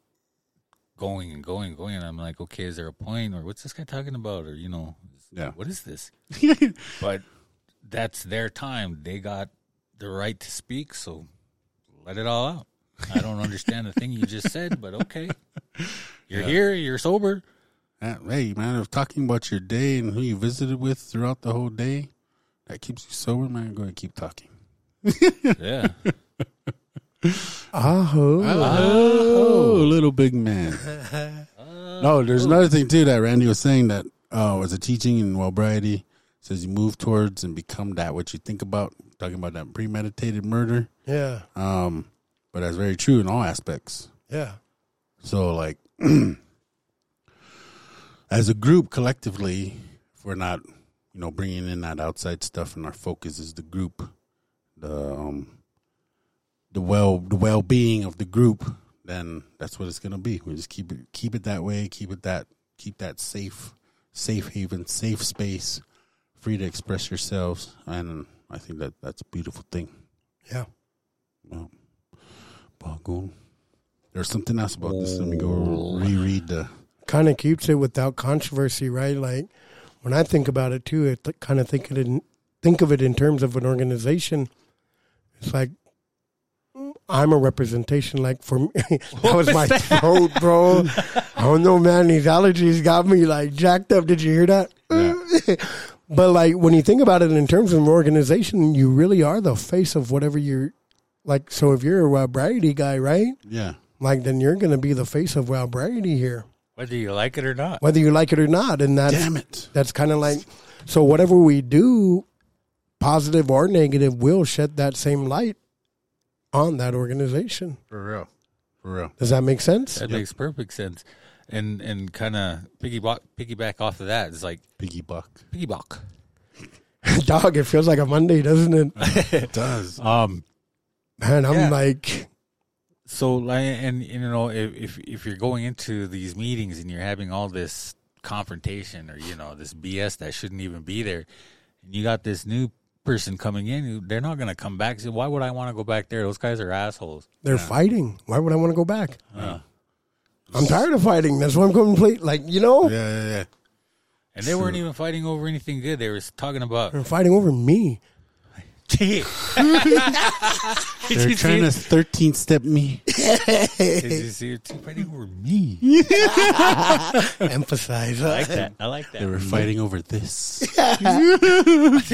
going and going and going, and I'm like, okay, is there a point, or what's this guy talking about, or you know,
Yeah.
what is this? but that's their time; they got the right to speak, so let it all out. I don't understand the thing you just said, but okay, You're here. You're sober.
Uh, Hey, man, if talking about your day and who you visited with throughout the whole day, that keeps you sober, man, go ahead and keep talking.
Yeah.
Aho.
Ah, Oh, little big man. no, there's another thing too that Randy was saying that uh, was a teaching in Walbrighty. Says you move towards and become that what you think about. Talking about that premeditated murder,
Yeah.
um, but that's very true in all aspects.
Yeah.
So, like, as a group collectively, if we're not, you know, bringing in that outside stuff, and our focus is the group, the um, the well, the well being of the group, then that's what it's gonna be. We just keep it, keep it that way, keep it that, keep that safe, safe haven, safe space, free to express yourselves, and I think that that's a beautiful thing.
Yeah.
Well, Bagoon. There's something else about this. Let me go reread the.
Kind of keeps it without controversy, right? Like when I think about it too, it kind of think it in, think of it in terms of an organization. It's like mm, I'm a representation. Like for me, that was my throat, bro. I don't know, man. These allergies got me like jacked up. Did you hear that? but like when you think about it in terms of an organization, you really are the face of whatever you're. Like so, if you're a Brady guy, right?
Yeah.
like then you're going to be the face of Wild Brady here,
Whether you like it or not.
whether you like it or not. And that's
Damn it.
that's kind of like so whatever we do, positive or negative, will shed that same light on that organization.
For real. For real.
Does that make sense?
That makes perfect sense. And and kind of piggyback piggyback off of that. It's like
Piggy buck.
piggyback.
Dog, it feels like a Monday, doesn't it?
It does.
Um.
Man, I'm
Yeah.
like,
So like, and you know if if if you're going into these meetings and you're having all this confrontation or you know this BS that shouldn't even be there, and you got this new person coming in, who- they're not gonna come back. So why would I want to go back there? Those guys are assholes.
they're fighting. Why would I want to go back? I'm tired of fighting. That's why I'm going to play. Like you know,
Yeah, yeah, yeah.
And they weren't even fighting over anything good. They were talking about.
they're fighting over me.
Did
They're
you
trying
see
to
it?
13 step me.
Did you see it? They're fighting over me.
Emphasize.
I like that. I like that.
They were fighting over this.
Do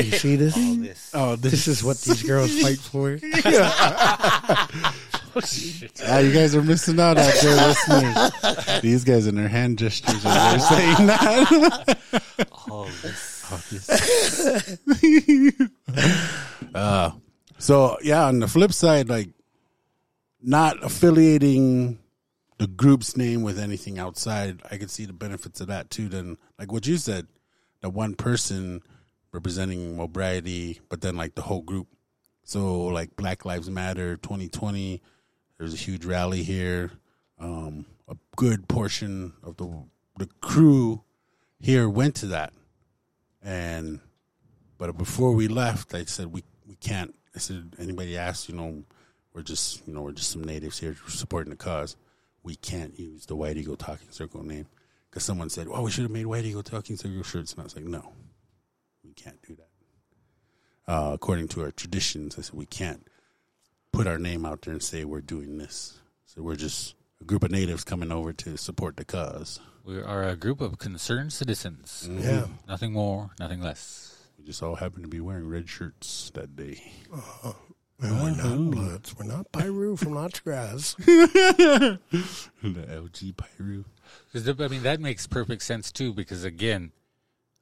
you see this?
this.
Oh,
This is what these girls fight for.
Ah, you guys are missing out out there, listeners. These guys in their hand gestures are saying that. uh, so yeah, on the flip side, like not affiliating the group's name with anything outside, I could see the benefits of that too. Then, like what you said, the one person representing Mobriety, but then like the whole group. So like Black Lives Matter 2020, there's a huge rally here. Um, a good portion of the the crew here went to that, and but before we left, I said we we can't. I said anybody asked, you know, we're just you know we're just some natives here supporting the cause. We can't use the White Eagle Talking Circle name because someone said, "Well, we should have made White Eagle Talking Circle shirts," and I was like, "No, we can't do that." Uh, according to our traditions, I said we can't put our name out there and say we're doing this. So we're just a group of natives coming over to support the cause.
We are a group of concerned citizens.
Yeah.
Nothing more, nothing less.
We just all happen to be wearing red shirts that day.
And we're
Uh-huh.
not bloods. We're not Piru from Notchgrass.
the LG Pyru.
'Cause th- I mean, that makes perfect sense too, because again,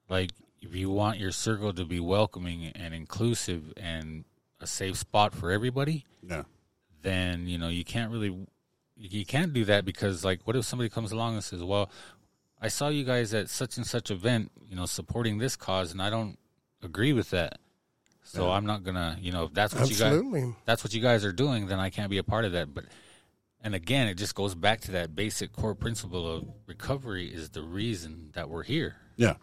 like if you want your circle to be welcoming and inclusive and a safe spot for everybody,
Yeah.
then you know you can't really you can't do that because like what if somebody comes along and says well i saw you guys at such and such event you know supporting this cause and i don't agree with that so i'm not gonna you know if that's what you guys
Absolutely.
that's what you guys are doing then i can't be a part of that but and again it just goes back to that basic core principle of recovery is the reason that we're here
Yeah.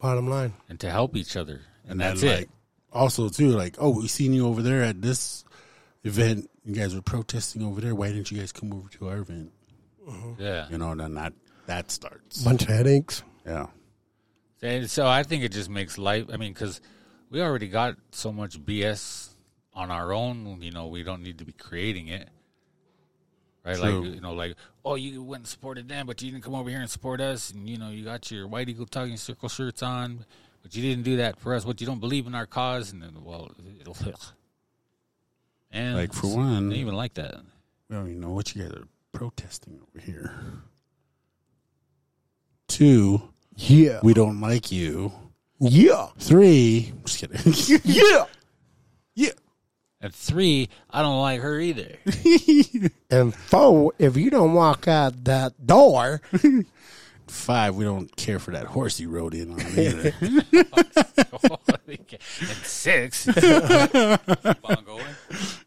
Bottom line.
and to help each other and, that's
then,
it
Like, also, too, like, oh, we seen you over there at this event. You guys were protesting over there. Why didn't you guys come over to our event?
yeah
You know, and then that, that starts.
Bunch of headaches.
Yeah.
And so I think it just makes life. I mean, because we already got so much BS on our own. You know, we don't need to be creating it, right?
True.
Like you know, like oh, you went and supported them, but you didn't come over here and support us, and you know, you got your white eagle talking circle shirts on, but you didn't do that for us. What you don't believe in our cause, and then well, it'll, and
Like, for one-
they even like that.
We don't even know what you guys are protesting over here. Two,
Yeah.
we don't like you.
Yeah.
Three, just kidding.
Yeah.
yeah.
At three, I don't like her either.
And four, if you don't walk out that door,
Five, we don't care for that horse you rode in on either.
and six, Keep on going.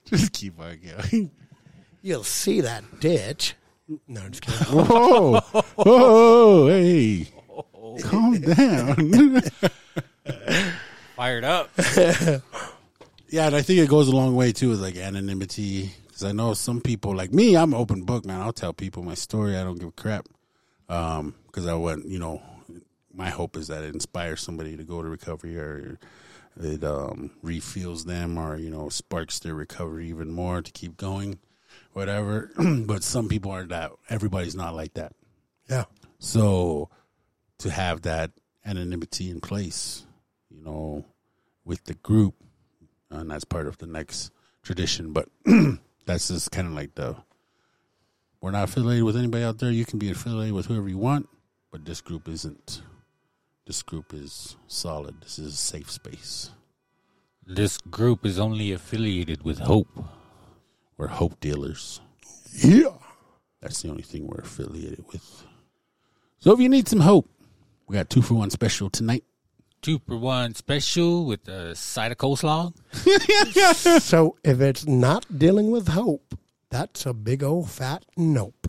just keep on going.
you'll see that ditch. No, I'm just kidding.
Whoa, whoa, Oh, hey, calm down.
fired up.
yeah, and I think it goes a long way too with like anonymity. Because I know some people, like me, I'm an open book, man. I'll tell people my story. I don't give a crap. Because I want, you know, my hope is that it inspires somebody to go to recovery or it um, refuels them or, you know, sparks their recovery even more to keep going, whatever. but some people aren't that. Everybody's not like that.
Yeah.
So to have that anonymity in place, you know, with the group, and that's part of the next tradition, but that's just kind of like the we're not affiliated with anybody out there. You can be affiliated with whoever you want, but this group isn't. This group is solid. This is a safe space
This group is only affiliated with Hope.
We're hope dealers.
Yeah.
That's the only thing we're affiliated with. So if you need some hope, we got two for one special tonight.
Two for one special with a side of coleslaw.
So if it's not dealing with hope, that's a big old fat nope.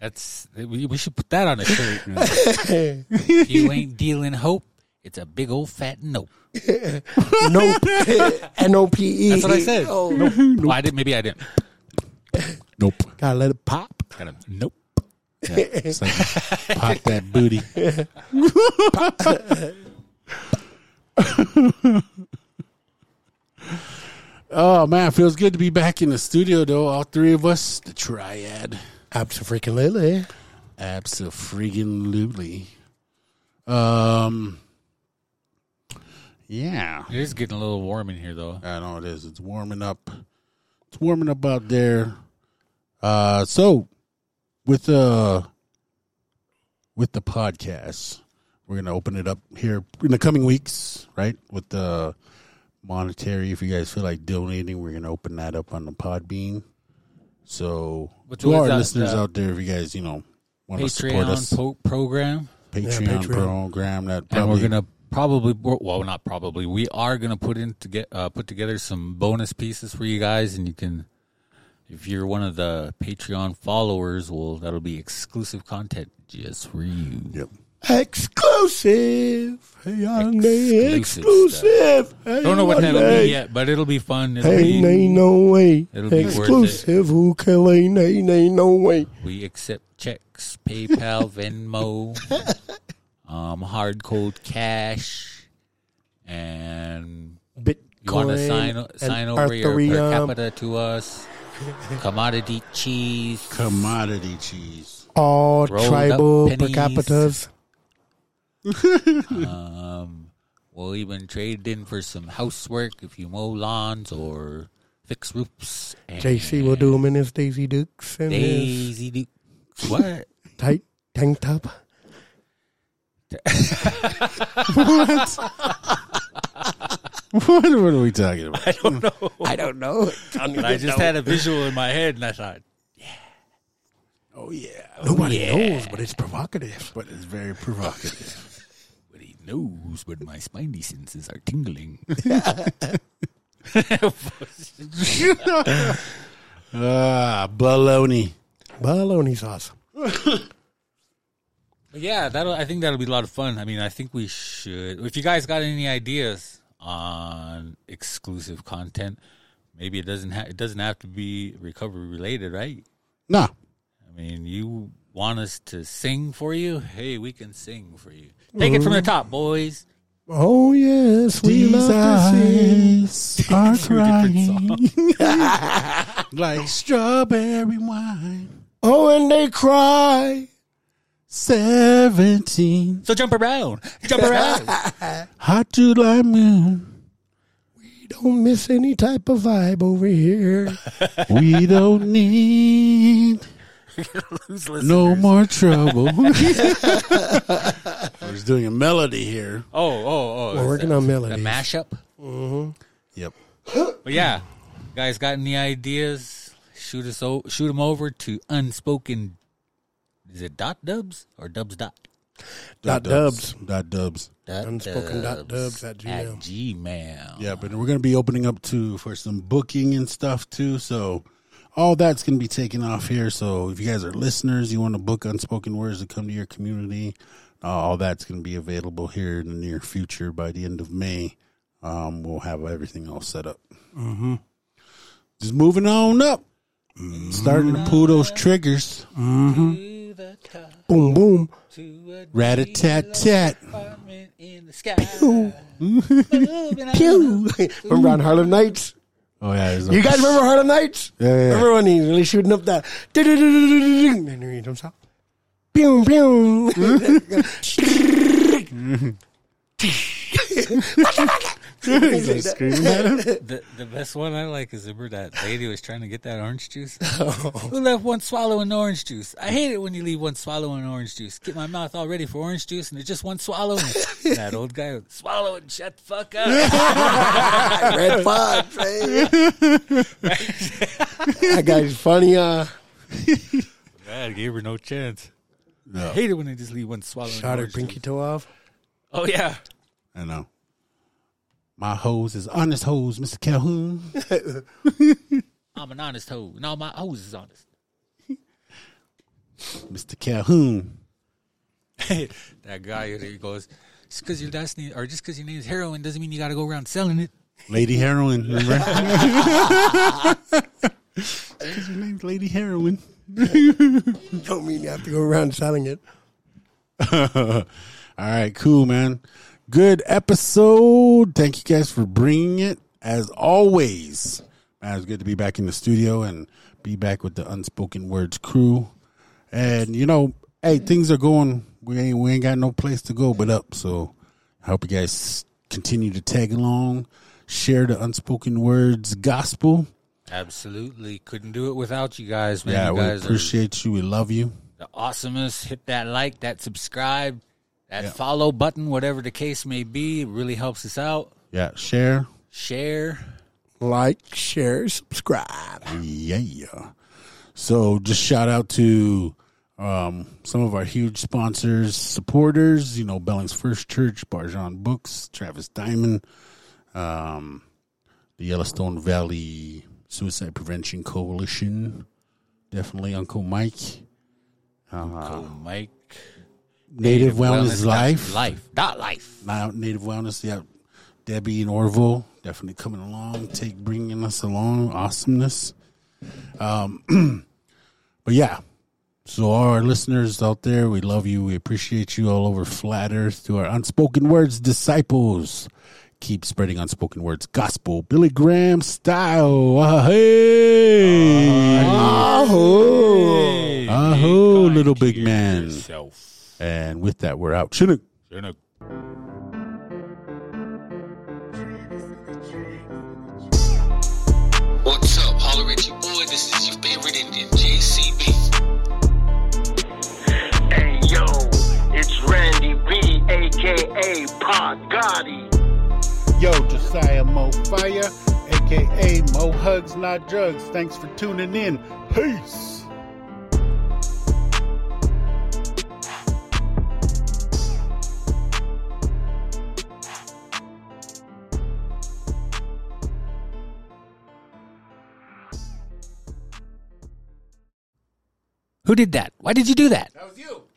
That's we, we should put that on a shirt. if you ain't dealing hope, it's a big old fat nope.
Nope. N O P E.
That's what I said. Nope. Well, I didn't. Maybe I didn't.
Nope.
Gotta let it pop.
Kind of nope.
It's like, pop that booty. oh man, feels good to be back in the studio though. All three of us, the triad,
Absolutely.
absolutely. Um, yeah,
It is getting a little warm in here though.
I know it is. It's warming up. It's warming up out there. Uh, so with uh with the podcast, we're gonna open it up here in the coming weeks, right? With the monetary, if you guys feel like donating, we're gonna open that up on the Podbean. So
Which
to
was
our
that,
listeners
uh,
out there, if you guys you know want to support us,
Patreon po- program,
Patreon,
Patreon.
program that
and we're
probably-
gonna probably well not probably we are gonna put in to get uh, put together some bonus pieces for you guys, and you can if you're one of the Patreon followers, well that'll be exclusive content just for you.
Yep.
Exclusive. Hyundai
Exclusive
exclusive.
Don't know what that'll
Hyundai.
be yet, but it'll be fun. It'll
Ain't,
be,
ain't no way.
It'll be worth it.
Exclusive. Who kill ain't, ain't, ain't no way.
We accept checks, PayPal, Venmo, um, hard cold cash, and
Bitcoin.
you want to sign
and
sign over your per
Arthurium.
capita to us. Commodity cheese,
commodity cheese.
all
Rolled up
tribal per
pennies.
capitas.
We'll even trade in for some housework if you mow lawns or fix roofs. And
JC will do him in his Daisy Dukes and his
Daisy Dukes. What?
tight tank top.
what are we talking about?
I
Oh,
don't know.
But I just had a visual in my head, and I thought,
Oh yeah.
Nobody knows, but it's provocative.
But it's very provocative.
but he knows, but my spiny senses are tingling.
Ah, baloney.
Bologna sauce.
But yeah, that'll. I think that'll be a lot of fun. I mean, I think we should. If you guys got any ideas on exclusive content, maybe it doesn't. Ha- it doesn't have to be recovery related, right?
Nah.
I mean, you want us to sing for you? Hey, we can sing for you. Take it from the top, boys.
Oh yes, we
These
love to sing.
eyes are crying
different
like strawberry wine.
Oh, and they cry.
Seventeen
So jump around, jump around.
hot July moon.
Don't miss any type of vibe over here.
We don't need
Who's listening?
no more trouble. I was doing a melody here.
Oh, oh, oh.
We're working on melodies.
A mashup.
Yep.
But yeah, guys, got any ideas? Shoot us, o- shoot them over to unspoken. Is it dot dubs or dubs dot?
Dot dubs.
Dot dubs.
Unspoken dot dubs at
at
Gmail.
Gmail.
Yeah, but we're going to be opening up to for some booking and stuff too. So all that's going to be taken off here. So if you guys are listeners, you want to book unspoken words to come to your community, uh, all that's going to be available here in the near future. By the end of May, um, we'll have everything all set up. Mm-hmm. Just moving on up, starting to pull those triggers.
To the top,
Boom, boom.
to a
Rat a tat tat.
apartment in the sky. Moving on.
remember on Harlem Nights?
Oh yeah, there's a-
You guys remember Harlem Nights?
Yeah, yeah, yeah.
Remember when he really shooting up that? And he comes out. Pew, pew.
He's like screaming at him.
The, the best one I like is remember that lady was trying to get that orange juice. Who left one swallow in orange juice? I hate it when you leave one swallow in orange juice. Get my mouth all ready for orange juice, and it's just one swallow. And that old guy, would, swallow it, and shut the fuck up.
Red Fox. eh? that guy's funny. Uh,
Man, gave her no chance.
No.
I hate it when they just leave one swallow. in
shot her
orange
pinky
juice.
toe off.
Oh yeah,
I know. My hoes is honest hoes, Mr. Calhoun.
I'm an honest hoe, and all my hoes is honest.
Mr. Calhoun.
that guy there he goes. Just because your last name, or just because your name is heroin, doesn't mean you got to go around selling it.
Lady Heroin, remember? 'Cause her name's Lady Heroin.
Don't mean you have to go around selling it.
All right, cool, man. Good episode. Thank you guys for bringing it. As always, man, it's good to be back in the studio and be back with the Unspoken Words crew. And you know, hey, things are going. We ain't we ain't got no place to go but up. So I hope you guys continue to tag along, share the Unspoken Words gospel.
Absolutely, couldn't do it without you guys, man.
Yeah,
you
we
guys are-
appreciate you. We love you.
the awesomest. Hit that like, that subscribe, that follow button, whatever the case may be. It really helps us out.
Yeah, share.
Share.
Like, share, subscribe.
Yeah. So just shout out to um, some of our huge sponsors, supporters, you know, Bellings First Church, Barjan Books, Travis Diamond, um, the Yellowstone Valley Suicide Prevention Coalition, definitely Uncle Mike,
Cool, Mike.
Native, Wellness, Life,
Life. Dot life.
Now, Native Wellness, yeah, Debbie and Orville definitely coming along, take bringing us along, awesomeness. Um, but yeah, so all our listeners out there, we love you, we appreciate you all over flat Earth to our unspoken words disciples. Keep spreading unspoken words gospel, Billy Graham style. Ah, hey, Ah, ho, little big man. And with that, we're out. Chinook.
What's up? Holler at your boy. This is your favorite Indian, JCB.
Hey yo, it's Randy B, aka Pop Gotti.
Yo, Josiah Mo Fire, aka Mo Hugs Not Drugs. Thanks for tuning in. Peace.
Who did that? Why did you do that?
That was you.